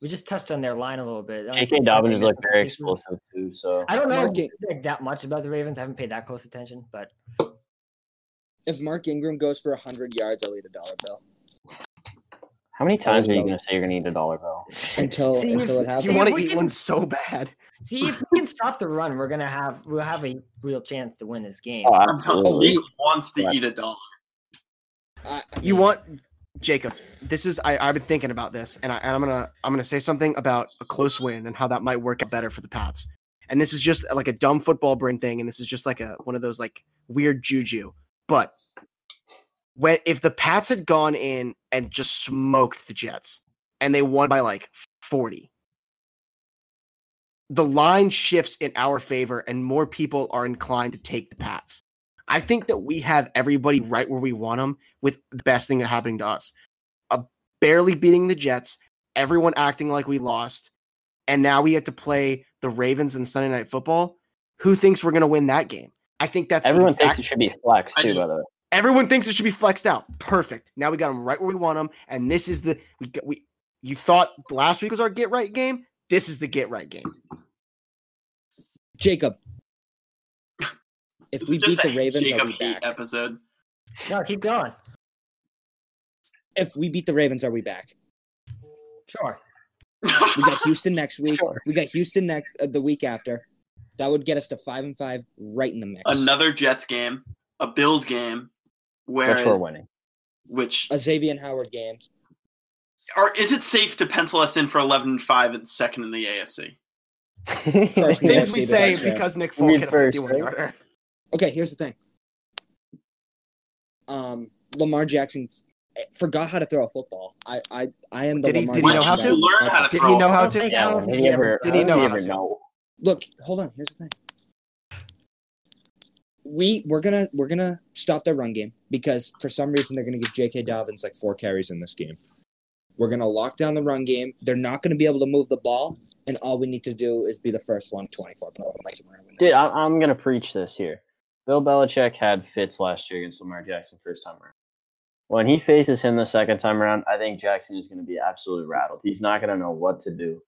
S5: We just touched on their line a little bit. Like,
S4: J.K.
S5: are
S4: Dobbins
S5: they
S4: is like
S5: missing some
S4: very
S5: pieces?
S4: explosive too. So
S5: I don't know
S6: Marking.
S5: like, that much about the Ravens. I haven't paid that close attention, but <laughs>
S6: If Mark Ingram goes for hundred yards, I'll eat a dollar bill.
S4: how many times are you
S6: no.
S4: going to say you're going to need a dollar bill?
S6: Until-
S5: See,
S6: until it
S5: if-
S6: happens.
S2: You
S5: see if
S2: want to
S5: we
S2: eat
S5: can- <laughs>
S2: one so bad.
S5: See if we can stop the run, we're gonna have we'll have a real chance to win this game.
S4: Oh,
S3: I'm telling
S4: absolutely.
S3: you, he wants to
S4: Right.
S3: eat a dog.
S6: I, I
S2: You
S6: mean,
S2: want Jacob. This is I, I've been thinking about this, and, I, and I'm gonna I'm gonna say something about a close win and how that might work out better for the Pats. And this is just like a dumb football brain thing, and this is just like a one of those like weird juju. But when if the Pats had gone in and just smoked the Jets, and they won by like 40, the line shifts in our favor, and more people are inclined to take the Pats. I think that we have everybody right where we want them with the best thing happening to us. Uh, barely beating the Jets, everyone acting like we lost, and now we get to play the Ravens and Sunday Night Football. Who thinks we're going to win that game? I think that's
S4: Everyone
S2: exact-
S4: thinks it should be flex
S3: I
S4: too.
S3: do.
S4: By the way,
S2: Everyone thinks it should be flexed out. Perfect. Now we got them right where we want them, and this is the we got- we. You thought last week was our get right game. This is the get right game.
S6: Jacob. If
S3: This
S6: we
S3: is just
S6: beat the
S3: a
S6: Ravens, are
S3: Jacob
S6: we
S3: hate
S6: back?
S3: Episode. <laughs>
S5: No, keep going.
S6: If we beat the Ravens, are we back?
S5: Sure.
S6: We got Houston next week. We got Houston next uh, the week after. That would get us to five and five, right in the mix.
S3: Another Jets game, a Bills game, where
S4: which we're winning.
S3: which
S6: a Xavier and Howard game.
S3: are is it safe to pencil us in for 11 and 5 and second in the AFC?
S4: <laughs>
S6: First in the
S2: Things
S6: AFC,
S2: we say
S6: but that's fair.
S2: because Nick
S4: We
S2: Folk
S4: need
S2: hit a
S4: first,
S2: 51
S4: right?
S2: yarder.
S6: Okay, here's the thing. Um, Lamar Jackson eh, forgot how to throw a football. I, I, I am the
S2: Did he-
S6: Lamar
S2: did he know
S6: Jackson
S2: how to?
S6: guy on this
S3: Learn how to
S6: podcast.
S2: Did he know
S5: I
S2: how
S5: don't
S2: to?
S5: think- I
S4: Yeah,
S5: don't
S4: well,
S5: think
S4: did he ever?
S2: Did he
S4: how
S2: know
S4: Did
S2: how
S4: he ever
S2: to?
S4: know?
S6: Look, hold on. Here's the thing. We we're gonna we're gonna stop their run game because for some reason they're gonna give J.K. Dobbins like four carries in this game. We're gonna lock down the run game. They're not gonna be able to move the ball, and all we need to do is be the first one 24. But I don't like to win this.
S4: Dude, I, I'm gonna preach this here. Bill Belichick had fits last year against Lamar Jackson first time around. When he faces him the second time around, I think Jackson is gonna be absolutely rattled. He's not gonna know what to do.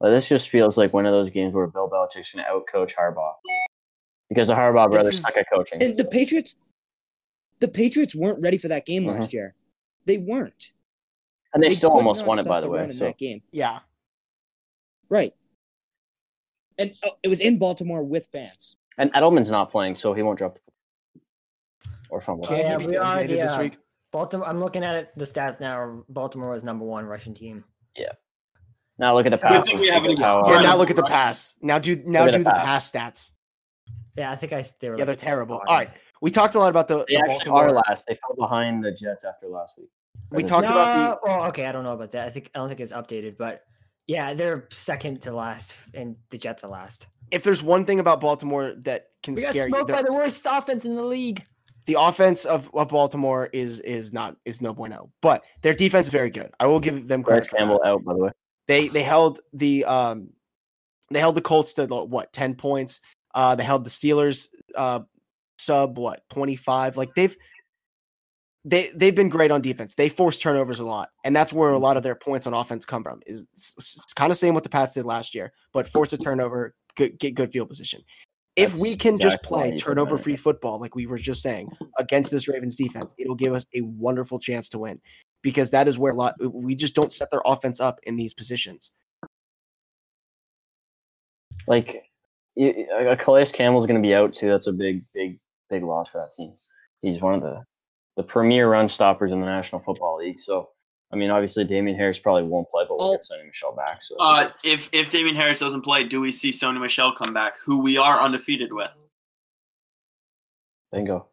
S4: But this just feels like one of those games where Bill Belichick's gonna outcoach Harbaugh because the Harbaugh
S2: This
S4: brothers
S2: is-
S4: suck at coaching.
S6: And the Patriots, the Patriots weren't ready for that game
S4: Uh-huh.
S6: last year. They weren't.
S4: And they, still
S6: could
S4: almost
S6: not
S4: won it,
S6: stop
S4: by the
S6: run
S4: way.
S6: in
S4: So
S6: that game,
S2: Yeah,
S6: right? And oh, it was in Baltimore with fans.
S4: and Edelman's not playing, so he won't drop the or fumble.
S5: Okay, yeah,
S2: Can't get
S5: we are,
S2: eliminated
S5: yeah.
S2: this week.
S5: Baltimore. I'm looking at it, the stats now. Baltimore was number one Russian team.
S4: Now look at the
S5: Good
S4: pass.
S3: thing we haven't even-
S4: How,
S2: Yeah,
S3: Alright,
S2: now
S3: I'm
S2: look at the
S3: right.
S2: pass. Now do now
S4: at
S2: do
S4: the
S2: the
S4: pass.
S2: pass stats.
S5: Yeah, I think I. They were
S2: Yeah,
S5: like
S2: they're terrible.
S5: five.
S2: All right, we talked a lot about the,
S4: they
S2: the
S4: actually
S2: Baltimore.
S4: are last. They fell behind the Jets after last week.
S2: We
S4: Or the
S2: talked about
S5: No, well, okay, I don't know about that. I think I don't think it's updated, but yeah, they're second to last, and the Jets are last.
S2: the if there's one thing about Baltimore that can
S5: We got
S2: scare you,
S5: smoked by
S2: the,
S5: the worst offense in the league.
S2: the offense of, of Baltimore is is not is no bueno, but their defense is very good. I will give them credit.
S4: Bryce
S2: For that.
S4: Campbell out, by the way.
S2: They they held the um they held the Colts to the, what ten points. Uh, they held the Steelers uh sub what twenty five. Like they've they they've been great on defense. They force turnovers a lot, and that's where a lot of their points on offense come from. Is kind of same what the Pats did last year, but force a turnover, good, get good field position. If
S4: That's
S2: we can just
S4: exactly why
S2: play
S4: you did that.
S2: turnover free football, like we were just saying, against this Ravens defense, it'll give us a wonderful chance to win because that is where a lot we just don't set their offense up in these positions.
S4: Like, you, uh, Calais Campbell's going to be out too. That's a big, big, big loss for that team. He's one of the the premier run stoppers in the National Football League. So, I mean, obviously, Damien Harris probably won't play, but we'll
S6: Oh.
S4: get Sonny Michelle back. So,
S3: Uh, if if Damien Harris doesn't play, do we see Sony Michelle come back, who we are undefeated with?
S4: bingo.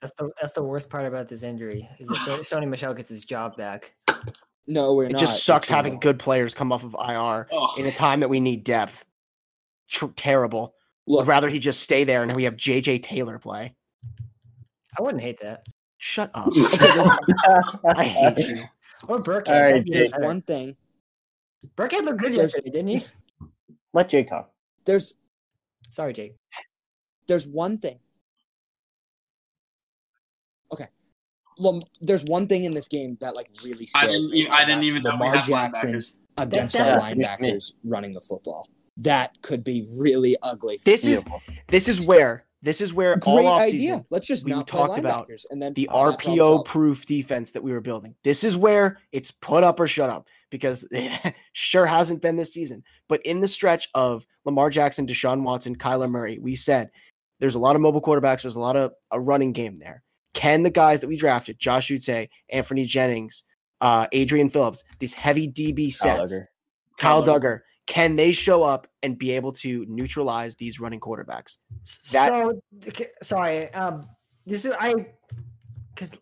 S5: That's the that's the worst part about this injury. Is
S4: <laughs>
S5: that Son- Sony Michelle gets his job back.
S6: No, we're
S2: It
S6: not.
S2: just sucks
S6: It's in
S2: having
S6: Bal-
S2: good players come off of IR
S3: Oh,
S2: in a time that we need depth. Tr- terrible. Would
S6: Look,
S2: rather he just stay there and we have JJ Taylor play.
S5: I wouldn't hate that.
S2: Shut
S6: <laughs>
S2: up. I
S4: I
S2: hate you.
S5: Or Burkhead.
S4: All right,
S5: that'd be
S4: Jake,
S5: better.
S6: one thing.
S5: Burkhead looked good
S6: There's-
S4: <laughs>
S5: yesterday, didn't he?
S4: Let Jake talk.
S6: There's
S5: Sorry, Jake.
S6: There's one thing. Okay. Well, there's one thing in this game that like really.
S3: I
S6: scares
S3: didn't.
S6: me,
S3: e- I
S6: and
S3: didn't
S6: that's
S3: even know we
S6: Lamar
S3: had
S6: Jackson
S3: linebackers.
S6: against the
S5: That's-
S6: linebackers running the football. That could be really ugly.
S2: This is
S4: Beautiful.
S2: this is where this is where
S6: Great
S2: all offseason
S6: idea. Let's just
S2: we
S6: not play
S2: talked about
S6: linebackers and then
S2: the
S6: all that
S2: RPO
S6: problem solved.
S2: proof defense that we were building. This is where it's put up or shut up because <laughs> it sure hasn't been this season. But in the stretch of Lamar Jackson, Deshaun Watson, Kyler Murray, we said there's a lot of mobile quarterbacks, there's a lot of a running game there. Can the guys that we drafted, Josh Ute, Anthony Jennings, uh, Adrian Phillips, these heavy DB
S4: Kyle
S2: sets,
S4: Duggar.
S2: Kyle,
S3: Kyle
S2: Duggar, can they show up and be able to neutralize these running quarterbacks? That-
S5: so okay, sorry. Um, this is I because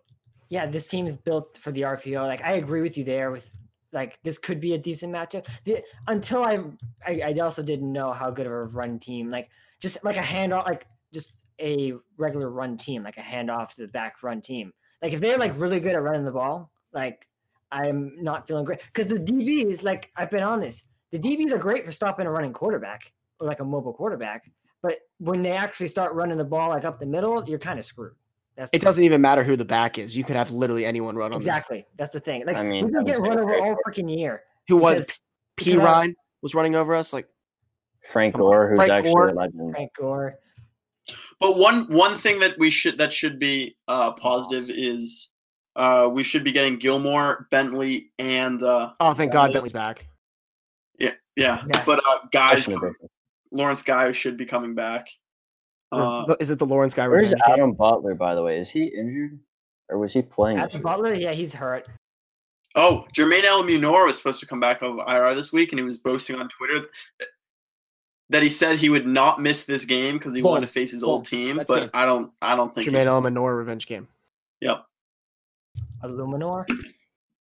S5: yeah, this team is built for the RPO. Like I agree with you there. With like this could be a decent matchup. The, until I, I I also didn't know how good of a run team like just like a handoff like just a regular run team like a handoff to the back run team. Like if they're like really good at running the ball, like I'm not feeling great because the DBs like I've been on this. The DBs are great for stopping a running quarterback or like a mobile quarterback. But when they actually start running the ball like up the middle, you're kind of screwed. That's
S2: It doesn't even matter who the back is. You could have literally anyone run on this
S5: exactly. That's the thing. Like
S4: I mean,
S5: we
S4: I
S5: can
S4: would
S5: get
S4: say
S5: run over
S4: very
S5: all freaking year.
S2: who was
S5: Because-
S2: P
S5: because I-
S2: Ryan was running over us. Like
S4: Frank
S2: Come on.
S4: Gore, who's
S2: Frank
S4: actually
S2: Gore.
S4: a legend.
S5: Frank Gore.
S3: But one one thing that we should that should be uh, positive is uh, we should be getting Gilmore, Bentley, and uh,
S2: oh, thank God, Bentley's back.
S3: yeah,
S5: Yeah.
S3: but uh, guys,
S4: Question of it.
S3: Lawrence Guy should be coming back.
S2: Or is
S3: Uh,
S2: the- is it the Lawrence guy?
S4: Where's
S2: revenge game?
S4: Adam Butler, by the way? Is he injured? Or was he playing? this
S5: Adam
S4: year?
S5: Butler, yeah, he's hurt.
S3: oh, Jermaine Almunor was supposed to come back of IR this week, and he was boasting on Twitter that he said he would not miss this game because he
S6: Boom.
S3: wanted to face his
S6: Boom.
S3: old team.
S6: That's
S3: but
S6: good.
S3: I don't, I don't think
S2: Jermaine Eleanor revenge game.
S5: Illuminor.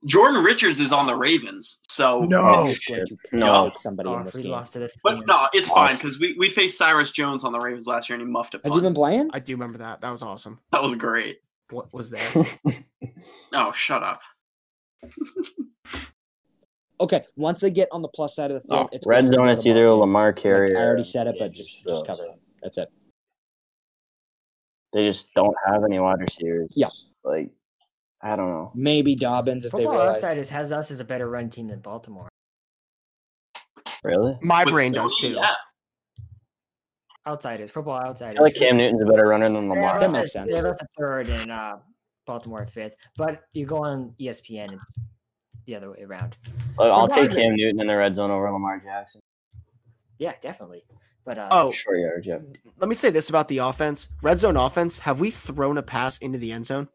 S3: Jordan Richards is on the Ravens, so
S4: Oh,
S6: I'm
S4: shit.
S6: glad you
S4: No.
S6: canned somebody
S5: Oh,
S6: in
S5: if
S6: this
S5: we
S6: game.
S5: lost to this.
S3: But
S5: team.
S3: no, it's fine because we, we faced Cyrus Jones on the Ravens last year and he muffed it.
S6: Has he been playing?
S2: I do remember that. That was awesome.
S3: That was great.
S2: What was
S4: <laughs>
S2: there?
S3: Oh, shut up.
S6: Okay, once they get on the plus side of the
S4: Oh,
S6: field, it's
S4: red
S6: going to
S4: zone
S6: be
S4: is either Lamar
S6: Jackson. Like,
S4: Carey.
S6: I already
S4: or
S6: said it, but
S4: Andrew
S6: just just
S4: Schultz.
S6: cover it. That's it.
S4: They just don't have any wide receivers.
S6: Yeah.
S4: Like, I don't know.
S6: Maybe Dobbins if they
S5: Football
S6: realize.
S5: Outsiders has us as a better run team than Baltimore.
S4: Really?
S2: My
S3: With
S2: brain
S3: Tony,
S2: does too.
S3: yeah.
S5: Outsiders, football outsiders.
S4: I feel like Cam Newton's a better runner than
S5: They
S4: Lamar.
S5: have
S6: That
S5: us
S6: makes
S5: at-
S6: sense.
S5: They have us at third and uh, Baltimore at fifth. But you go on E ESPN, it's the other way around.
S4: Look, I'll take
S5: Regardless.
S4: Cam Newton in the red zone over Lamar Jackson.
S5: Yeah, definitely. But uh,
S2: Oh,
S4: Short yards, yeah.
S2: let me say this about the offense. Red zone offense. Have we thrown a pass into the end zone?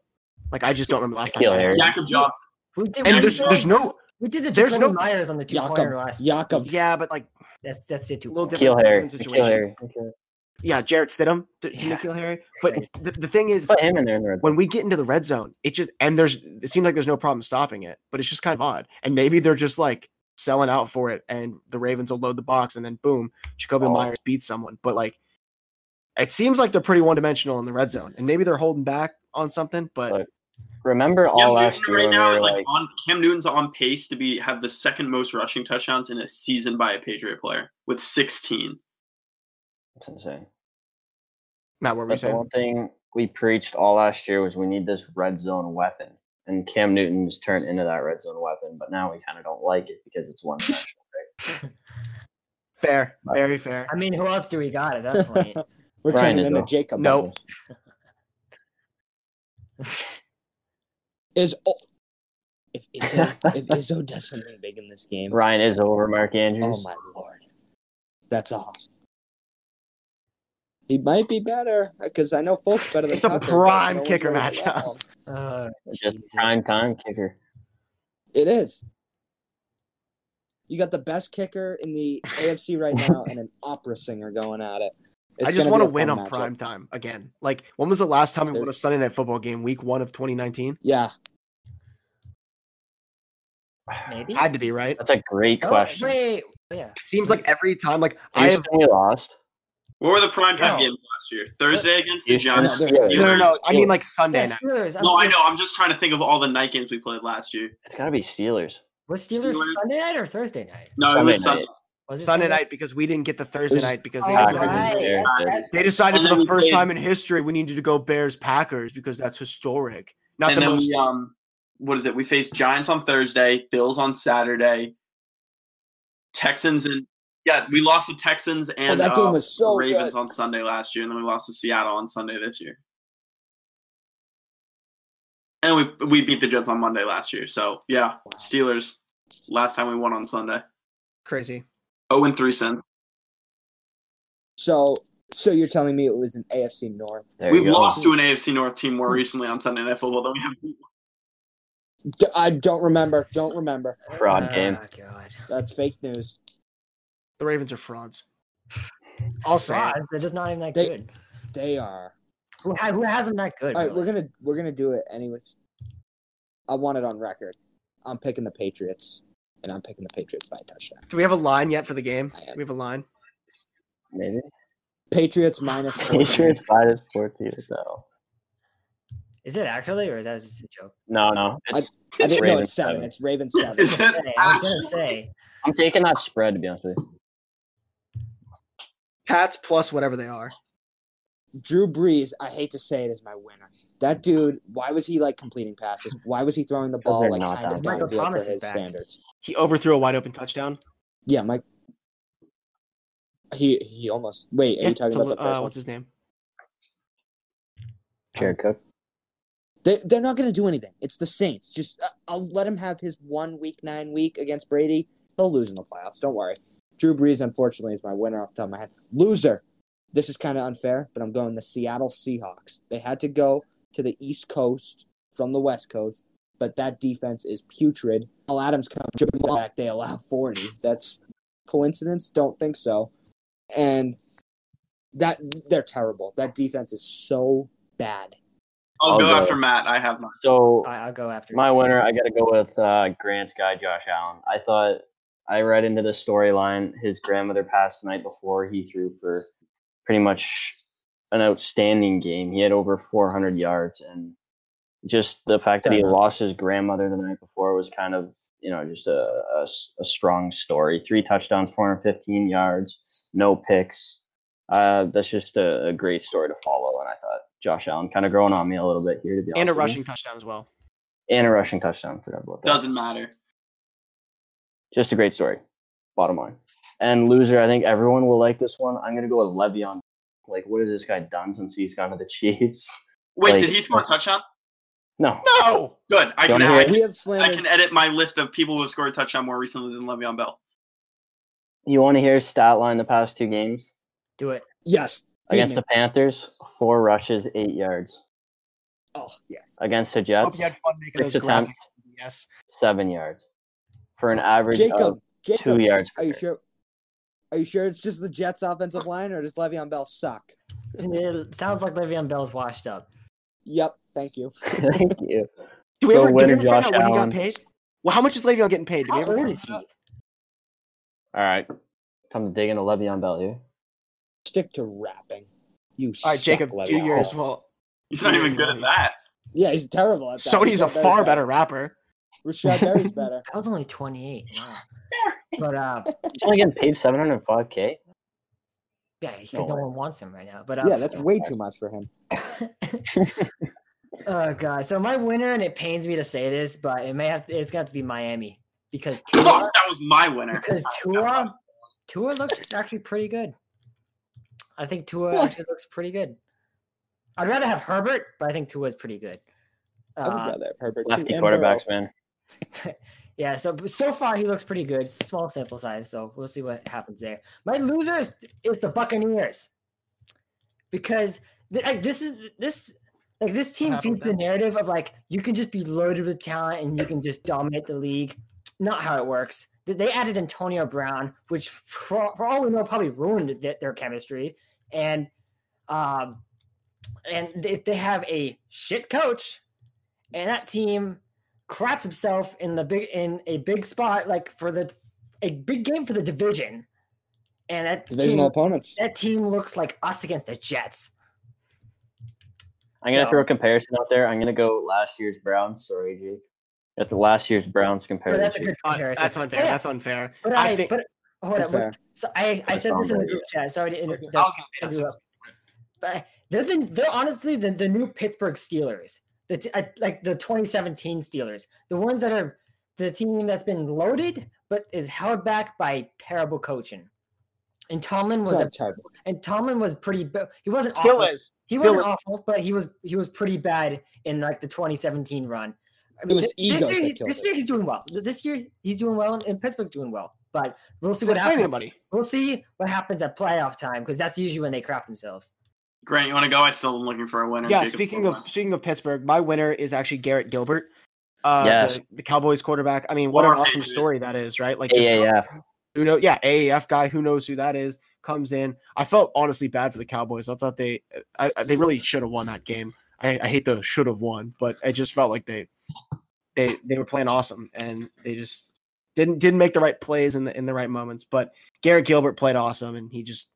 S2: Like I just don't remember last time.
S4: Kill
S2: that
S4: Harris.
S2: happened.
S3: Jacob Johnson.
S5: we did. we
S2: And there's
S5: did-
S2: there's no
S5: We did the
S2: There's
S5: Jacoby
S2: no-
S5: Myers on the two pointer
S6: Jakob,
S5: last.
S6: Jakob,
S2: yeah, but like
S5: That's that's the two.
S2: Little
S5: pointer.
S4: Kill
S2: different
S4: Harry.
S2: situation.
S4: Kill Harry.
S2: yeah, Jarrett Stidham, to
S5: Yeah.
S2: Nikhil Harry. But
S5: Right.
S2: the, the thing is,
S4: Put him in there in the red zone.
S2: when we get into the red zone, it just and there's it seems like there's no problem stopping it, but it's just kind of odd. And maybe they're just like selling out for it, and the Ravens will load the box, and then boom, Jacoby
S4: Oh.
S2: Myers beats someone. But like, it seems like they're pretty one dimensional in the red zone, and maybe they're holding back on something. But
S4: Look, Remember all
S3: Cam
S4: last
S3: Newton
S4: year
S3: right
S4: when we
S3: now
S4: were
S3: is like, oh,
S4: like,
S3: on Cam Newton's on pace to be have the second most rushing touchdowns in a season by a Patriot player with 16.
S4: it's insane.
S2: Matt, what were you
S4: But the
S2: saying?
S4: one thing we preached all last year was we need this red zone weapon, and Cam Newton just turned into that red zone weapon. But now we kind of don't like it because it's one dimensional.
S2: Fair, very fair.
S5: I mean, who else do we got at that point? <laughs>
S6: We're
S4: Brian
S6: turning
S4: is
S6: into
S4: up.
S6: Jacob.
S2: Nope.
S6: <laughs> Is oh, if Izzo,
S4: <laughs>
S6: if Izzo does something big in this game?
S4: Ryan is over Mark Andrews.
S6: Oh my lord, that's all. He might be better because I know folks better than.
S2: It's a
S6: Tucker, but
S2: prime
S6: no one
S2: kicker
S6: knows that
S2: matchup.
S6: one.
S5: Uh,
S4: It's just
S5: Jesus.
S4: prime time kicker.
S6: It is. You got the best kicker in the AFC right now, and an opera singer going at it.
S2: I just
S6: want to
S2: win on prime time again. Like, when was the last time we won a Sunday night football game? Week one of 2019?
S6: Yeah,
S5: maybe.
S2: Had to be right.
S4: That's a great
S5: Oh,
S4: question.
S5: Wait, yeah.
S2: It seems like every time, like
S4: Are
S2: I
S4: you
S2: have
S4: saying we lost?
S3: What were the prime time
S5: No.
S3: games last year? Thursday against the
S4: You-
S3: Giants.
S6: No,
S3: Steelers.
S6: there's-
S2: no, no, no. I mean, like Sunday
S5: Yeah,
S2: night.
S5: Steelers. I'm
S3: No, I
S5: thinking-
S3: know. I'm just trying to think of all the night games we played last year.
S4: It's got to be Steelers.
S5: Was Steelers
S3: Steelers.
S5: Sunday night or Thursday night?
S3: No, it
S4: Sunday
S3: was Sunday.
S4: night.
S5: Was it
S2: Sunday night because we didn't get the Thursday
S6: This-
S2: night because they,
S5: Oh,
S2: decided,
S5: right.
S2: they decided
S3: And
S2: for
S3: then
S2: the
S3: we
S2: first
S3: played-
S2: time in history we needed to go Bears Packers because that's historic. Not
S3: and
S2: the
S3: then
S2: most
S3: we um, what is it? We face Giants on Thursday, Bills on Saturday, Texans and yeah, we lost to Texans and
S6: Oh, that game
S3: uh,
S6: was so
S3: Ravens
S6: good.
S3: on Sunday last year, and then we lost to Seattle on Sunday this year. And we we beat the Jets on Monday last year, so yeah, Steelers. Last time we won on Sunday,
S2: crazy.
S3: zero and three cents.
S6: So, so you're telling me it was an AFC North?
S4: There
S3: We've
S4: you go.
S3: lost to an AFC North team more recently on Sunday Night Football than we have.
S6: D- I don't remember. Don't remember.
S4: fraud game.
S5: Oh, God.
S6: That's fake news.
S2: The Ravens are frauds. I'll say it.
S5: Frauds, They're just not even that
S6: They-
S5: good.
S6: They are.
S5: Who, ha- who has them that good?
S6: All right,
S5: really?
S6: we're gonna we're gonna do it anyways. I want it on record. I'm picking the Patriots, and I'm picking the Patriots by a touchdown.
S2: Do we have a line yet for the game?
S6: I am.
S2: We have a line.
S4: Maybe. <laughs>
S6: Patriots minus four.
S4: Patriots minus 14 though.
S5: Is it actually, or is that just a joke?
S4: No, no. It's,
S6: I didn't know
S4: Ravens
S6: it's seven.
S4: seven.
S6: It's Ravens
S5: I
S4: <laughs>
S6: seven.
S5: was gonna say, I was gonna say,
S4: I'm taking that spread to be honest with you.
S2: Pats plus whatever they are.
S6: Drew Brees. I hate to say it, is my winner. That dude. Why was he like completing passes? Why was he throwing the ball
S4: they're
S6: like
S4: not
S6: kind of
S4: that bad.
S6: downfield
S5: Michael Thomas
S6: for
S5: is
S6: his
S5: back.
S6: standards?
S2: He overthrew a wide open touchdown.
S6: Yeah, Mike. He he almost. Wait, are
S2: Yeah,
S6: you talking
S2: to-
S6: about the
S2: uh,
S6: first one?
S2: what's his name?
S4: Jared Cook.
S6: They, they're not going to do anything. It's the Saints. Just uh, I'll let him have his one week, nine week against Brady. He'll lose in the playoffs. Don't worry. Drew Brees, unfortunately, is my winner off the top of my head. Loser. This is kind of unfair, but I'm going the Seattle Seahawks. They had to go to the East Coast from the West Coast, but that defense is putrid. Al Adams comes back. They allow 40. That's coincidence? Don't think so. And that they're terrible. That defense is so bad.
S3: I'll,
S4: I'll
S3: go,
S4: go.
S3: after Matt. I have mine.
S4: So
S5: I, I'll go after
S4: My winner, I got to go with uh, Grant's guy, Josh Allen. I thought I read into the storyline. His grandmother passed the night before. He threw for pretty much an outstanding game. He had over 400 yards, and just the fact that
S6: Fair
S4: he
S6: enough.
S4: lost his grandmother the night before was kind of you know just a, a s- a strong story. Three touchdowns, 415 yards, no picks. Uh, that's just a, a great story to follow, and I thought Josh Allen kind of growing on me a little bit here to be honest.
S2: And a
S4: with you
S2: rushing touchdown as well.
S4: and a rushing touchdown. Forgot about that.
S3: Doesn't matter.
S4: Just a great story. Bottom line. And loser, I think everyone will like this one. I'm gonna go with Le'Veon. Like, what has this guy done since he's gone to the <laughs> Chiefs?
S3: Wait,
S4: Like-
S3: did he score a touchdown?
S4: No,
S2: No.
S3: Good. I can,
S4: Don't
S3: I,
S4: hit.
S6: We have
S3: I
S6: slandered.
S3: can edit my list of people who have scored a touchdown more recently than Le'Veon Bell.
S4: you want to hear his stat line the past two games
S5: do it.
S6: Yes. feed
S4: against
S6: me.
S4: the Panthers, four rushes, eight yards.
S6: Oh yes.
S4: Against the
S2: Hope
S4: Jets,
S2: you had fun making
S4: Six
S2: those graphics.
S4: attempts.
S2: Yes.
S4: seven yards for an average
S6: Jacob.
S4: of
S6: Jacob.
S4: two yards. Per
S6: Are you
S4: carry.
S6: sure? Are you sure it's just the Jets' offensive line, or does Le'Veon Bell suck?
S5: It sounds like Le'Veon Bell's washed up.
S6: Yep. Thank you.
S4: <laughs> Thank you.
S2: Do we
S4: So
S2: ever, do we
S4: winner
S2: ever find
S4: Josh
S2: out when he
S4: Allen.
S2: got paid? Well, how much is Le'Veon getting paid? Did we
S5: How
S2: ever
S5: old
S2: find
S5: is
S2: that out?
S5: he?
S4: All right, time to dig into Le'Veon Bell here.
S6: Stick to rapping. You.
S2: All right,
S6: suck,
S2: Jacob, do
S6: Le'Veon
S2: yours.
S6: Bell.
S2: Well,
S3: He's not even good at that.
S6: Yeah, he's terrible at that.
S2: Sony's a
S6: Rashad Berry's
S2: far better rapper. <laughs>
S6: Rashad Berry's better.
S5: I was only 28. Wow. But uh,
S4: He's only getting paid 705k.
S5: yeah,
S6: <laughs>
S5: because
S4: No
S5: no,
S4: way.
S5: one wants him right now. But uh,
S6: Yeah, that's way too much for him.
S5: oh god. So my winner, and it pains me to say this, but it may have it's got to be Miami because
S3: <laughs> Fuck,
S5: Tua
S3: that was my winner.
S6: <laughs>
S5: because Tua Tua looks actually pretty good. I think Tua actually looks pretty good. I'd rather have Herbert, but I think Tua is pretty good.
S6: I would
S5: Uh,
S6: rather have Herbert too,
S4: Lefty
S6: and
S4: quarterbacks,
S6: Burrow.
S4: man.
S5: yeah, so so far he looks pretty good. Small sample size, so we'll see what happens there. My loser is, is the Buccaneers because th- like this is this like this team
S2: happened
S5: feeds the narrative of like you can just be loaded with talent and you can just dominate the league. Not how it works. Th- They added Antonio Brown, which for, for all we know probably ruined their, their chemistry, and um, and if they have a shit coach, and that team craps himself in the big in a big spot like for the a big game for the division, and that
S6: Divisional
S5: team,
S6: opponents.
S5: that team looks like us against the Jets.
S4: I'm gonna
S5: So-
S4: throw a comparison out there. I'm gonna go last year's Browns. Sorry, Jake. Got the last year's Browns
S5: but
S4: compared
S5: that's a
S4: to this year's-
S5: good
S2: Uh,
S5: comparison.
S2: that's unfair.
S5: Yeah,
S2: That's unfair.
S5: but
S2: I
S5: I,
S2: think-
S5: but Hold
S6: That's
S5: on.
S6: fair.
S5: So I, I
S4: That's
S5: said this in the
S4: fine.
S5: group chat. Sorry to
S3: I was
S5: interrupt.
S3: gonna say that's
S5: But they're the, they're honestly the, the new Pittsburgh Steelers, the t- uh, like the 2017 Steelers, the ones that are the team that's been loaded but is held back by terrible coaching. And Tomlin
S6: It's
S5: was a,
S6: not terrible.
S5: and Tomlin was pretty. ba- He wasn't
S2: Still
S5: awful.
S2: is.
S5: He
S2: Still
S5: wasn't awful, but he was he was pretty bad in like the 2017 run. I
S6: was
S5: this,
S6: egos
S5: this
S6: that
S5: year, he-
S6: killed
S5: this
S6: it.
S5: year he's doing well. This year he's doing well, and, and Pittsburgh's doing well. But we'll see
S2: It's
S5: what
S2: not
S5: happens.
S2: anybody.
S5: We'll see what happens at playoff time because that's usually when they crap themselves.
S3: Grant, you want to go? I still am looking for a winner.
S2: Yeah.
S3: Jacob
S2: speaking
S3: Fulmer.
S2: of speaking of Pittsburgh, my winner is actually Garrett Gilbert. Uh,
S4: Yes.
S2: the, the Cowboys quarterback. I mean, what an
S3: Or
S2: awesome
S3: AAF.
S2: story that is, right? Like, just
S4: AAF.
S2: who know? Yeah, AAF guy. Who knows who that is? Comes in. I felt honestly bad for the Cowboys. I thought they, I, I- they really should have won that game. I, I hate the should have won, but I just felt like they, they, they were playing awesome and they just didn't didn't make the right plays in the in the right moments. But Garrett Gilbert played awesome and he just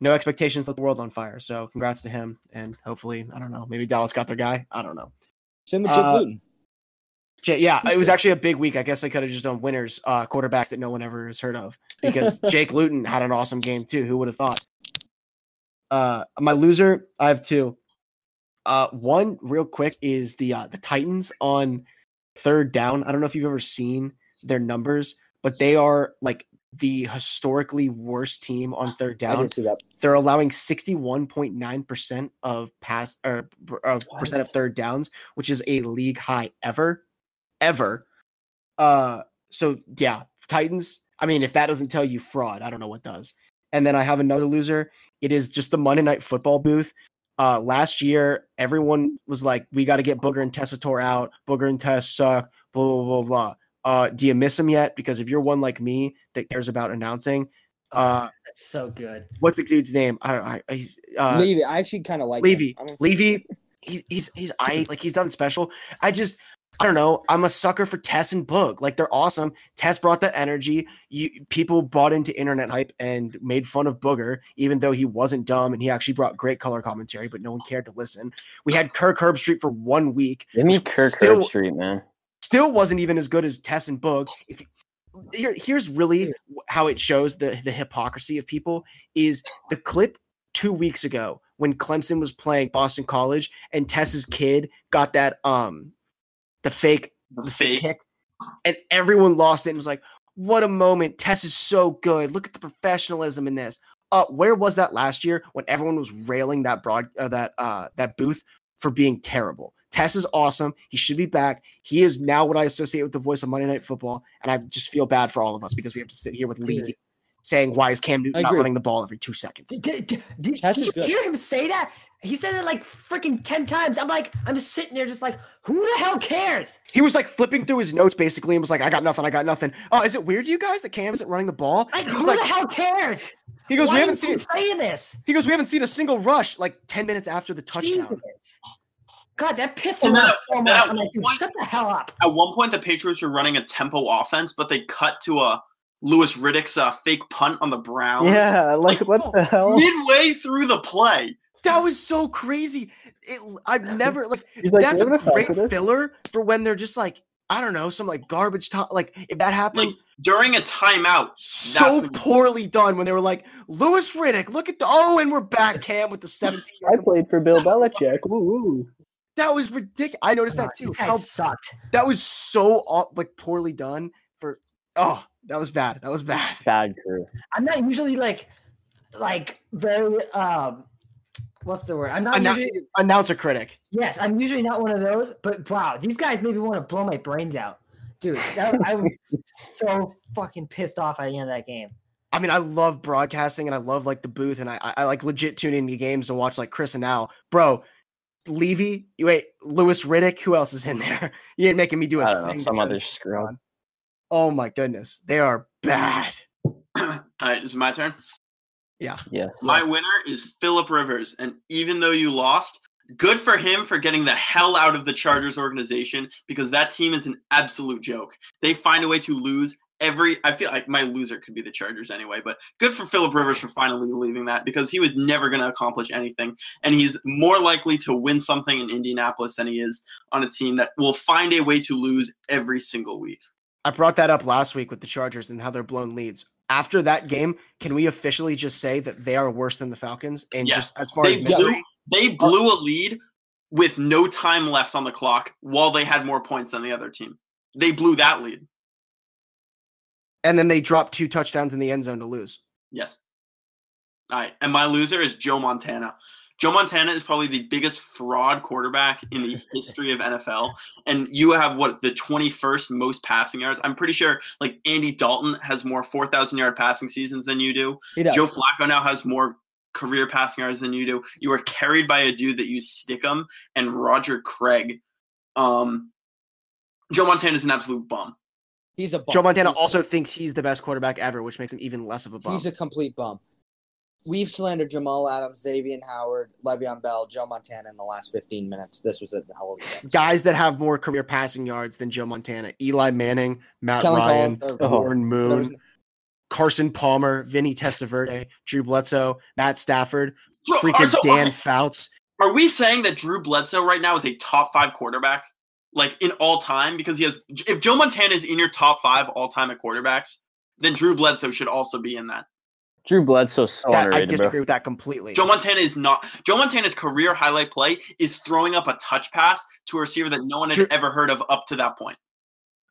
S2: no expectations, lit the world on fire. So congrats to him and hopefully I don't know maybe Dallas got their guy. I don't know.
S6: Same with
S2: Uh,
S6: Jake Luton.
S2: J- Yeah, it was actually a big week. I guess I could have just done winners, uh, quarterbacks that no one ever has heard of, because Jake Luton had an awesome game too. Who would have thought? Uh, my loser, I have two. Uh, one real quick is the uh, the Titans on third down. I don't know if you've ever seen their numbers, but they are like the historically worst team on third
S6: I
S2: down.
S6: didn't see that.
S2: They're allowing 61.9% of pass or p- of percent of third downs, which is a league high ever, ever. Uh, so yeah, Titans. I mean, if that doesn't tell you fraud, I don't know what does. And then I have another loser. It is just the Monday Night Football booth. Uh, last year, everyone was like, "We got to get Booger and Tessitore out. Booger and Tess suck." Blah blah blah blah. Uh, do you miss him yet? Because if you're one like me that cares about announcing, uh,
S5: That's so good.
S2: what's the dude's name? I don't. I, he's uh,
S6: Levy, I actually kind of like
S2: Levy.
S6: him. I don't-
S2: Levy. He's he's he's I like he's nothing special. I just I don't know. I'm a sucker for Tess and Boog. Like they're awesome. Tess brought that energy. You people bought into internet hype and made fun of Booger, even though he wasn't dumb and he actually brought great color commentary, but no one cared to listen. We had Kirk Herbstreit for one week.
S4: Give me Kirk
S2: Still-
S4: Herbstreit, man.
S2: Still wasn't even as good as Tess and Boog. If here, here's really how it shows the the hypocrisy of people is the clip two weeks ago when Clemson was playing Boston College and Tess's kid got that um the fake
S3: the
S2: the fake
S3: fake.
S2: kick and everyone lost it and was like, "What a moment! Tess is so good. Look at the professionalism in this." Uh, where was that last year when everyone was railing that broad uh, that uh, that booth for being terrible? Tess is awesome. He should be back. He is now what I associate with the voice of Monday Night Football, and I just feel bad for all of us because we have to sit here with Levy saying, "Why is Cam Newton not
S6: agree.
S2: running the ball every two seconds?"
S5: Did, did, did, did
S6: Tess is
S5: you
S6: good.
S5: hear him say that? He said it like freaking ten times. I'm like, I'm just sitting there, just like, who the hell cares?
S2: He was like flipping through his notes basically and was like, "I got nothing. I got nothing." Oh, is it weird to you guys that Cam isn't running the ball?
S5: Like,
S2: He
S5: who
S2: was like,
S5: the hell cares?
S2: he goes,
S5: Why
S2: "We
S5: do
S2: haven't
S5: you
S2: seen."
S5: keep saying this.
S2: He goes, we haven't seen a single rush like 10 minutes after the touchdown.
S5: Jesus. God, that pissed
S3: And
S5: me
S3: then
S5: off
S3: at-
S5: so
S3: then
S5: much.
S3: at
S5: I'm like, dude,
S3: one-
S5: shut the hell up.
S3: At one point, the Patriots were running a tempo offense, but they cut to a Lewis Riddick's uh, fake punt on the Browns.
S4: Yeah, like
S2: Oh,
S4: what the hell?
S3: Midway through the play,
S2: That was so crazy. It, I've never like
S4: He's like,
S2: that's a
S4: "We're gonna fuck
S2: great
S4: with this."
S2: filler for when they're just like, I don't know, some like garbage top. Like if that happens,
S3: during a timeout, <clears throat>
S2: so
S3: when-
S2: poorly done when they were like, Lewis Riddick, look at the oh, and we're back, Cam, with the 17 yard.
S4: played for Bill Belichick. Woo.
S2: That was ridiculous. I noticed
S5: God,
S2: that
S5: these
S2: too.
S5: guys
S2: How-
S5: sucked.
S2: that was so aw- like poorly done for oh, that was bad. That was bad.
S4: Bad crew.
S5: I'm not usually like, like very um, what's the word? I'm not
S2: Annou-
S5: usually.
S2: announcer critic.
S5: Yes, I'm usually not one of those, but wow, these guys made me want to blow my brains out, dude. That,
S2: <laughs>
S5: I was so fucking pissed off at the end of that game.
S2: I mean, I love broadcasting and I love like the booth and I I, I like legit tune in to games to watch like Chris and Al, bro. Levy, you wait, Lewis Riddick, who else is in <laughs> there? You ain't making me do a
S4: I don't know,
S2: thing
S4: some
S2: because-
S4: other scrub.
S2: Oh my goodness, they are bad.
S3: All right, is it my turn?
S4: Yeah.
S3: My winner is Philip Rivers, and even though you lost, good for him for getting the hell out of the Chargers organization because that team is an absolute joke. They find a way to lose every. I feel like my loser could be the Chargers anyway, but good for Philip Rivers for finally leaving that because he was never going to accomplish anything, and he's more likely to win something in Indianapolis than he is on a team that will find a way to lose every single week.
S2: I brought that up last week with the Chargers and how they're blown leads. after that game, can we officially just say that they are worse than the Falcons? And
S3: Yes.
S2: just as far
S3: They
S2: as
S3: blew-
S2: victory,
S3: They blew a lead with no time left on the clock while they had more points than the other team. They blew that lead.
S2: and then they dropped two touchdowns in the end zone to lose.
S3: Yes. All right. And my loser is Joe Montana. Joe Montana is probably the biggest fraud quarterback in the history of NFL. And you have what the 21st most passing yards. I'm pretty sure like Andy Dalton has more 4,000 yard passing seasons than you do.
S6: He does.
S3: Joe Flacco now has more career passing yards than you do. You are carried by a dude that you stick 'em and Roger Craig. Um, Joe Montana is an absolute bum.
S6: he's a bum.
S2: Joe Montana
S6: He's-
S2: also thinks he's the best quarterback ever, which makes him even less of a bum.
S6: He's a complete bum. We've slandered Jamal Adams, Xavier Howard, Le'Veon Bell, Joe Montana in the last 15 minutes. This was a hell of a game.
S2: Guys that have more career passing yards than Joe Montana, Eli Manning, Matt
S6: Kellen
S2: Ryan,
S6: Collins, or-
S4: Oh.
S2: Warren
S6: there
S2: Moon,
S6: was-
S2: Carson Palmer, Vinny Testaverde, Drew Bledsoe, Matt Stafford,
S3: Bro,
S2: freaking
S3: also-
S2: Dan Fouts.
S3: Are we saying that Drew Bledsoe right now is a top five quarterback, like in all time? Because he has, if Joe Montana is in your top five all time at quarterbacks, then Drew Bledsoe should also be in that.
S4: Drew Bledsoe's so
S2: That- I
S4: underrated,
S2: disagree
S4: bro.
S2: with that completely.
S3: Joe Montana is not. Joe Montana's career highlight play is throwing up a touch pass to a receiver that no one had
S2: Drew-
S3: ever heard of up to that point.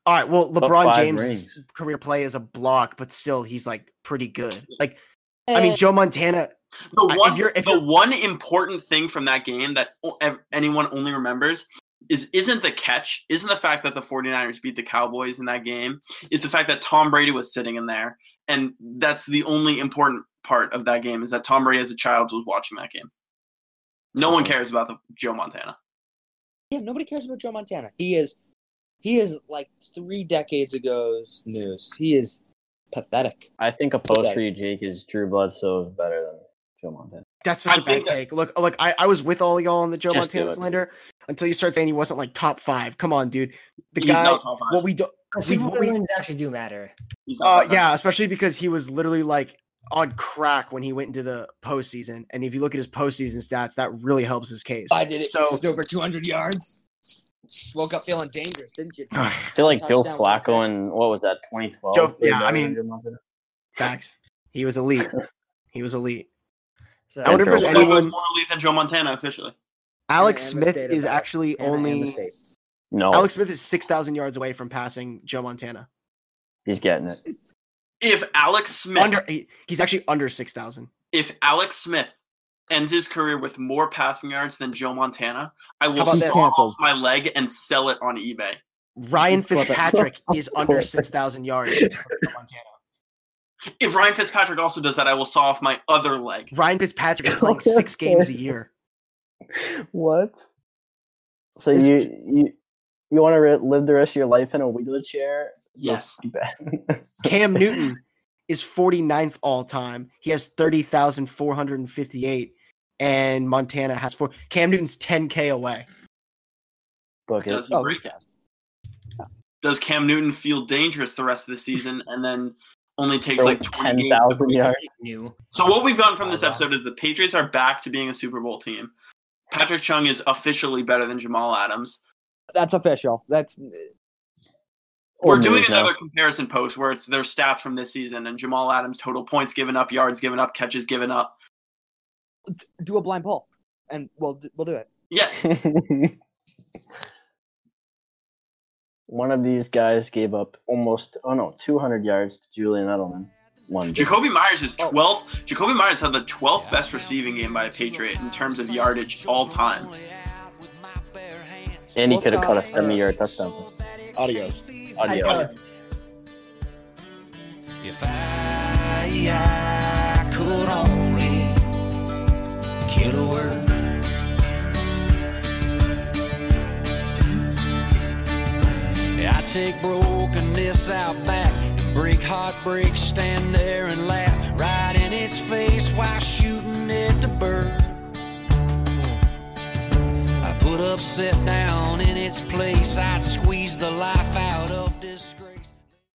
S2: All right, well,
S4: Top
S2: LeBron
S4: five
S2: James'
S4: rings.
S2: career play is a block, but still, he's like pretty good. Like, I mean, Joe Montana.
S3: The
S2: I- if
S3: one,
S2: you're- if
S3: the
S2: you're-
S3: one important thing from that game that o- ev- anyone only remembers is isn't the catch, isn't the fact that the 49ers beat the Cowboys in that game, is the fact that Tom Brady was sitting in there, and that's the only important part of that game is that Tom Brady as a child was watching that game. No
S2: Uh-huh.
S3: one cares about the Joe Montana.
S6: Yeah, nobody cares about Joe Montana. He is, he is like three decades ago's news. He is pathetic.
S4: I think a post for you, Jake, is Drew Bledsoe is better than Joe Montana.
S2: That's such
S3: I
S2: a bad
S3: think that-
S2: take. Look, look, I, I was with all y'all on the Joe
S4: Just do
S2: Montana
S4: it.
S2: slander until you start saying he wasn't like top five. Come on, dude. The
S3: He's
S2: guy.
S3: not top five.
S2: what we don't.
S5: But
S2: We-
S5: Super Bowl
S2: we-
S5: wins actually do matter.
S3: He's not
S2: Uh,
S3: <laughs> top five.
S2: yeah, especially because he was literally like on crack when he went into the postseason, and if you look at his postseason stats, that really helps his case.
S6: I did it.
S2: So-
S6: So it's over 200 yards. Woke up feeling dangerous, didn't you?
S4: I feel like Joe
S6: Touchdown,
S4: Flacco
S6: Montana.
S4: and what was that, 2012?
S2: Joe-
S4: played
S2: yeah, I
S4: better than
S2: mean-
S4: Joe Montana?
S2: <laughs> Facts. He was elite. He was elite.
S5: So
S2: I wonder if
S4: Joe
S2: there's
S4: Flacco.
S3: Bledsoe was
S2: anyone.
S3: more elite than Joe Montana officially.
S2: Alex
S6: Hannah and the
S2: Smith
S6: state
S2: is
S6: of-
S2: actually
S6: Hannah and the
S2: only.
S6: state. Oh.
S4: No,
S2: Alex Smith is 6,000 yards away from passing Joe Montana.
S4: he's getting it.
S3: If Alex Smith
S2: Under he, he's actually under 6,000.
S3: if Alex Smith ends his career with more passing yards than Joe Montana, I will
S2: about
S6: He's
S2: this?
S3: saw
S6: canceled.
S3: my leg and sell it on eBay.
S2: Ryan
S6: Flip it.
S2: Fitzpatrick
S6: <laughs>
S2: is under 6,000 yards from Joe Montana.
S3: If Ryan Fitzpatrick also does that, I will saw off my other leg.
S2: Ryan Fitzpatrick is
S6: <laughs>
S2: playing six games a year.
S4: What? So you you you want to re- live the rest of your life in a wheelchair?
S3: Yes.
S4: That's too bad. <laughs>
S2: Cam Newton is 49th all time. He has 30,458, and Montana has four. Cam Newton's 10K away.
S4: Book it.
S3: Does he
S6: Oh,
S3: break it? Does Cam Newton feel dangerous the rest of the season and then only takes
S4: Throw
S3: like 20 games? to
S4: 10,000
S3: break it?
S4: yards.
S5: new.
S3: So what we've gotten from this
S4: Oh, wow.
S3: episode is the Patriots are back to being a Super Bowl team. Patrick Chung is officially better than Jamal Adams.
S6: That's official. That's
S4: Or
S3: We're doing
S4: news now.
S3: another comparison post where it's their stats from this season and Jamal Adams total points given up, yards given up, catches given up.
S6: do a blind poll, and we'll we'll do it.
S3: Yes.
S4: <laughs> One of these guys gave up almost oh no 200 yards to Julian Edelman. One. game.
S3: Jacoby Myers is 12th. Jacoby Myers had the 12th best receiving game by a Patriot in terms of yardage all time.
S4: And he could have caught a 70 yard touchdown.
S2: Adios.
S4: Audio.
S7: If I, I could only kill a word. I take brokenness out back and break heartbreak, stand there and laugh right in its face while shooting at the bird. I put upset down in its place, I'd squeeze the life out of.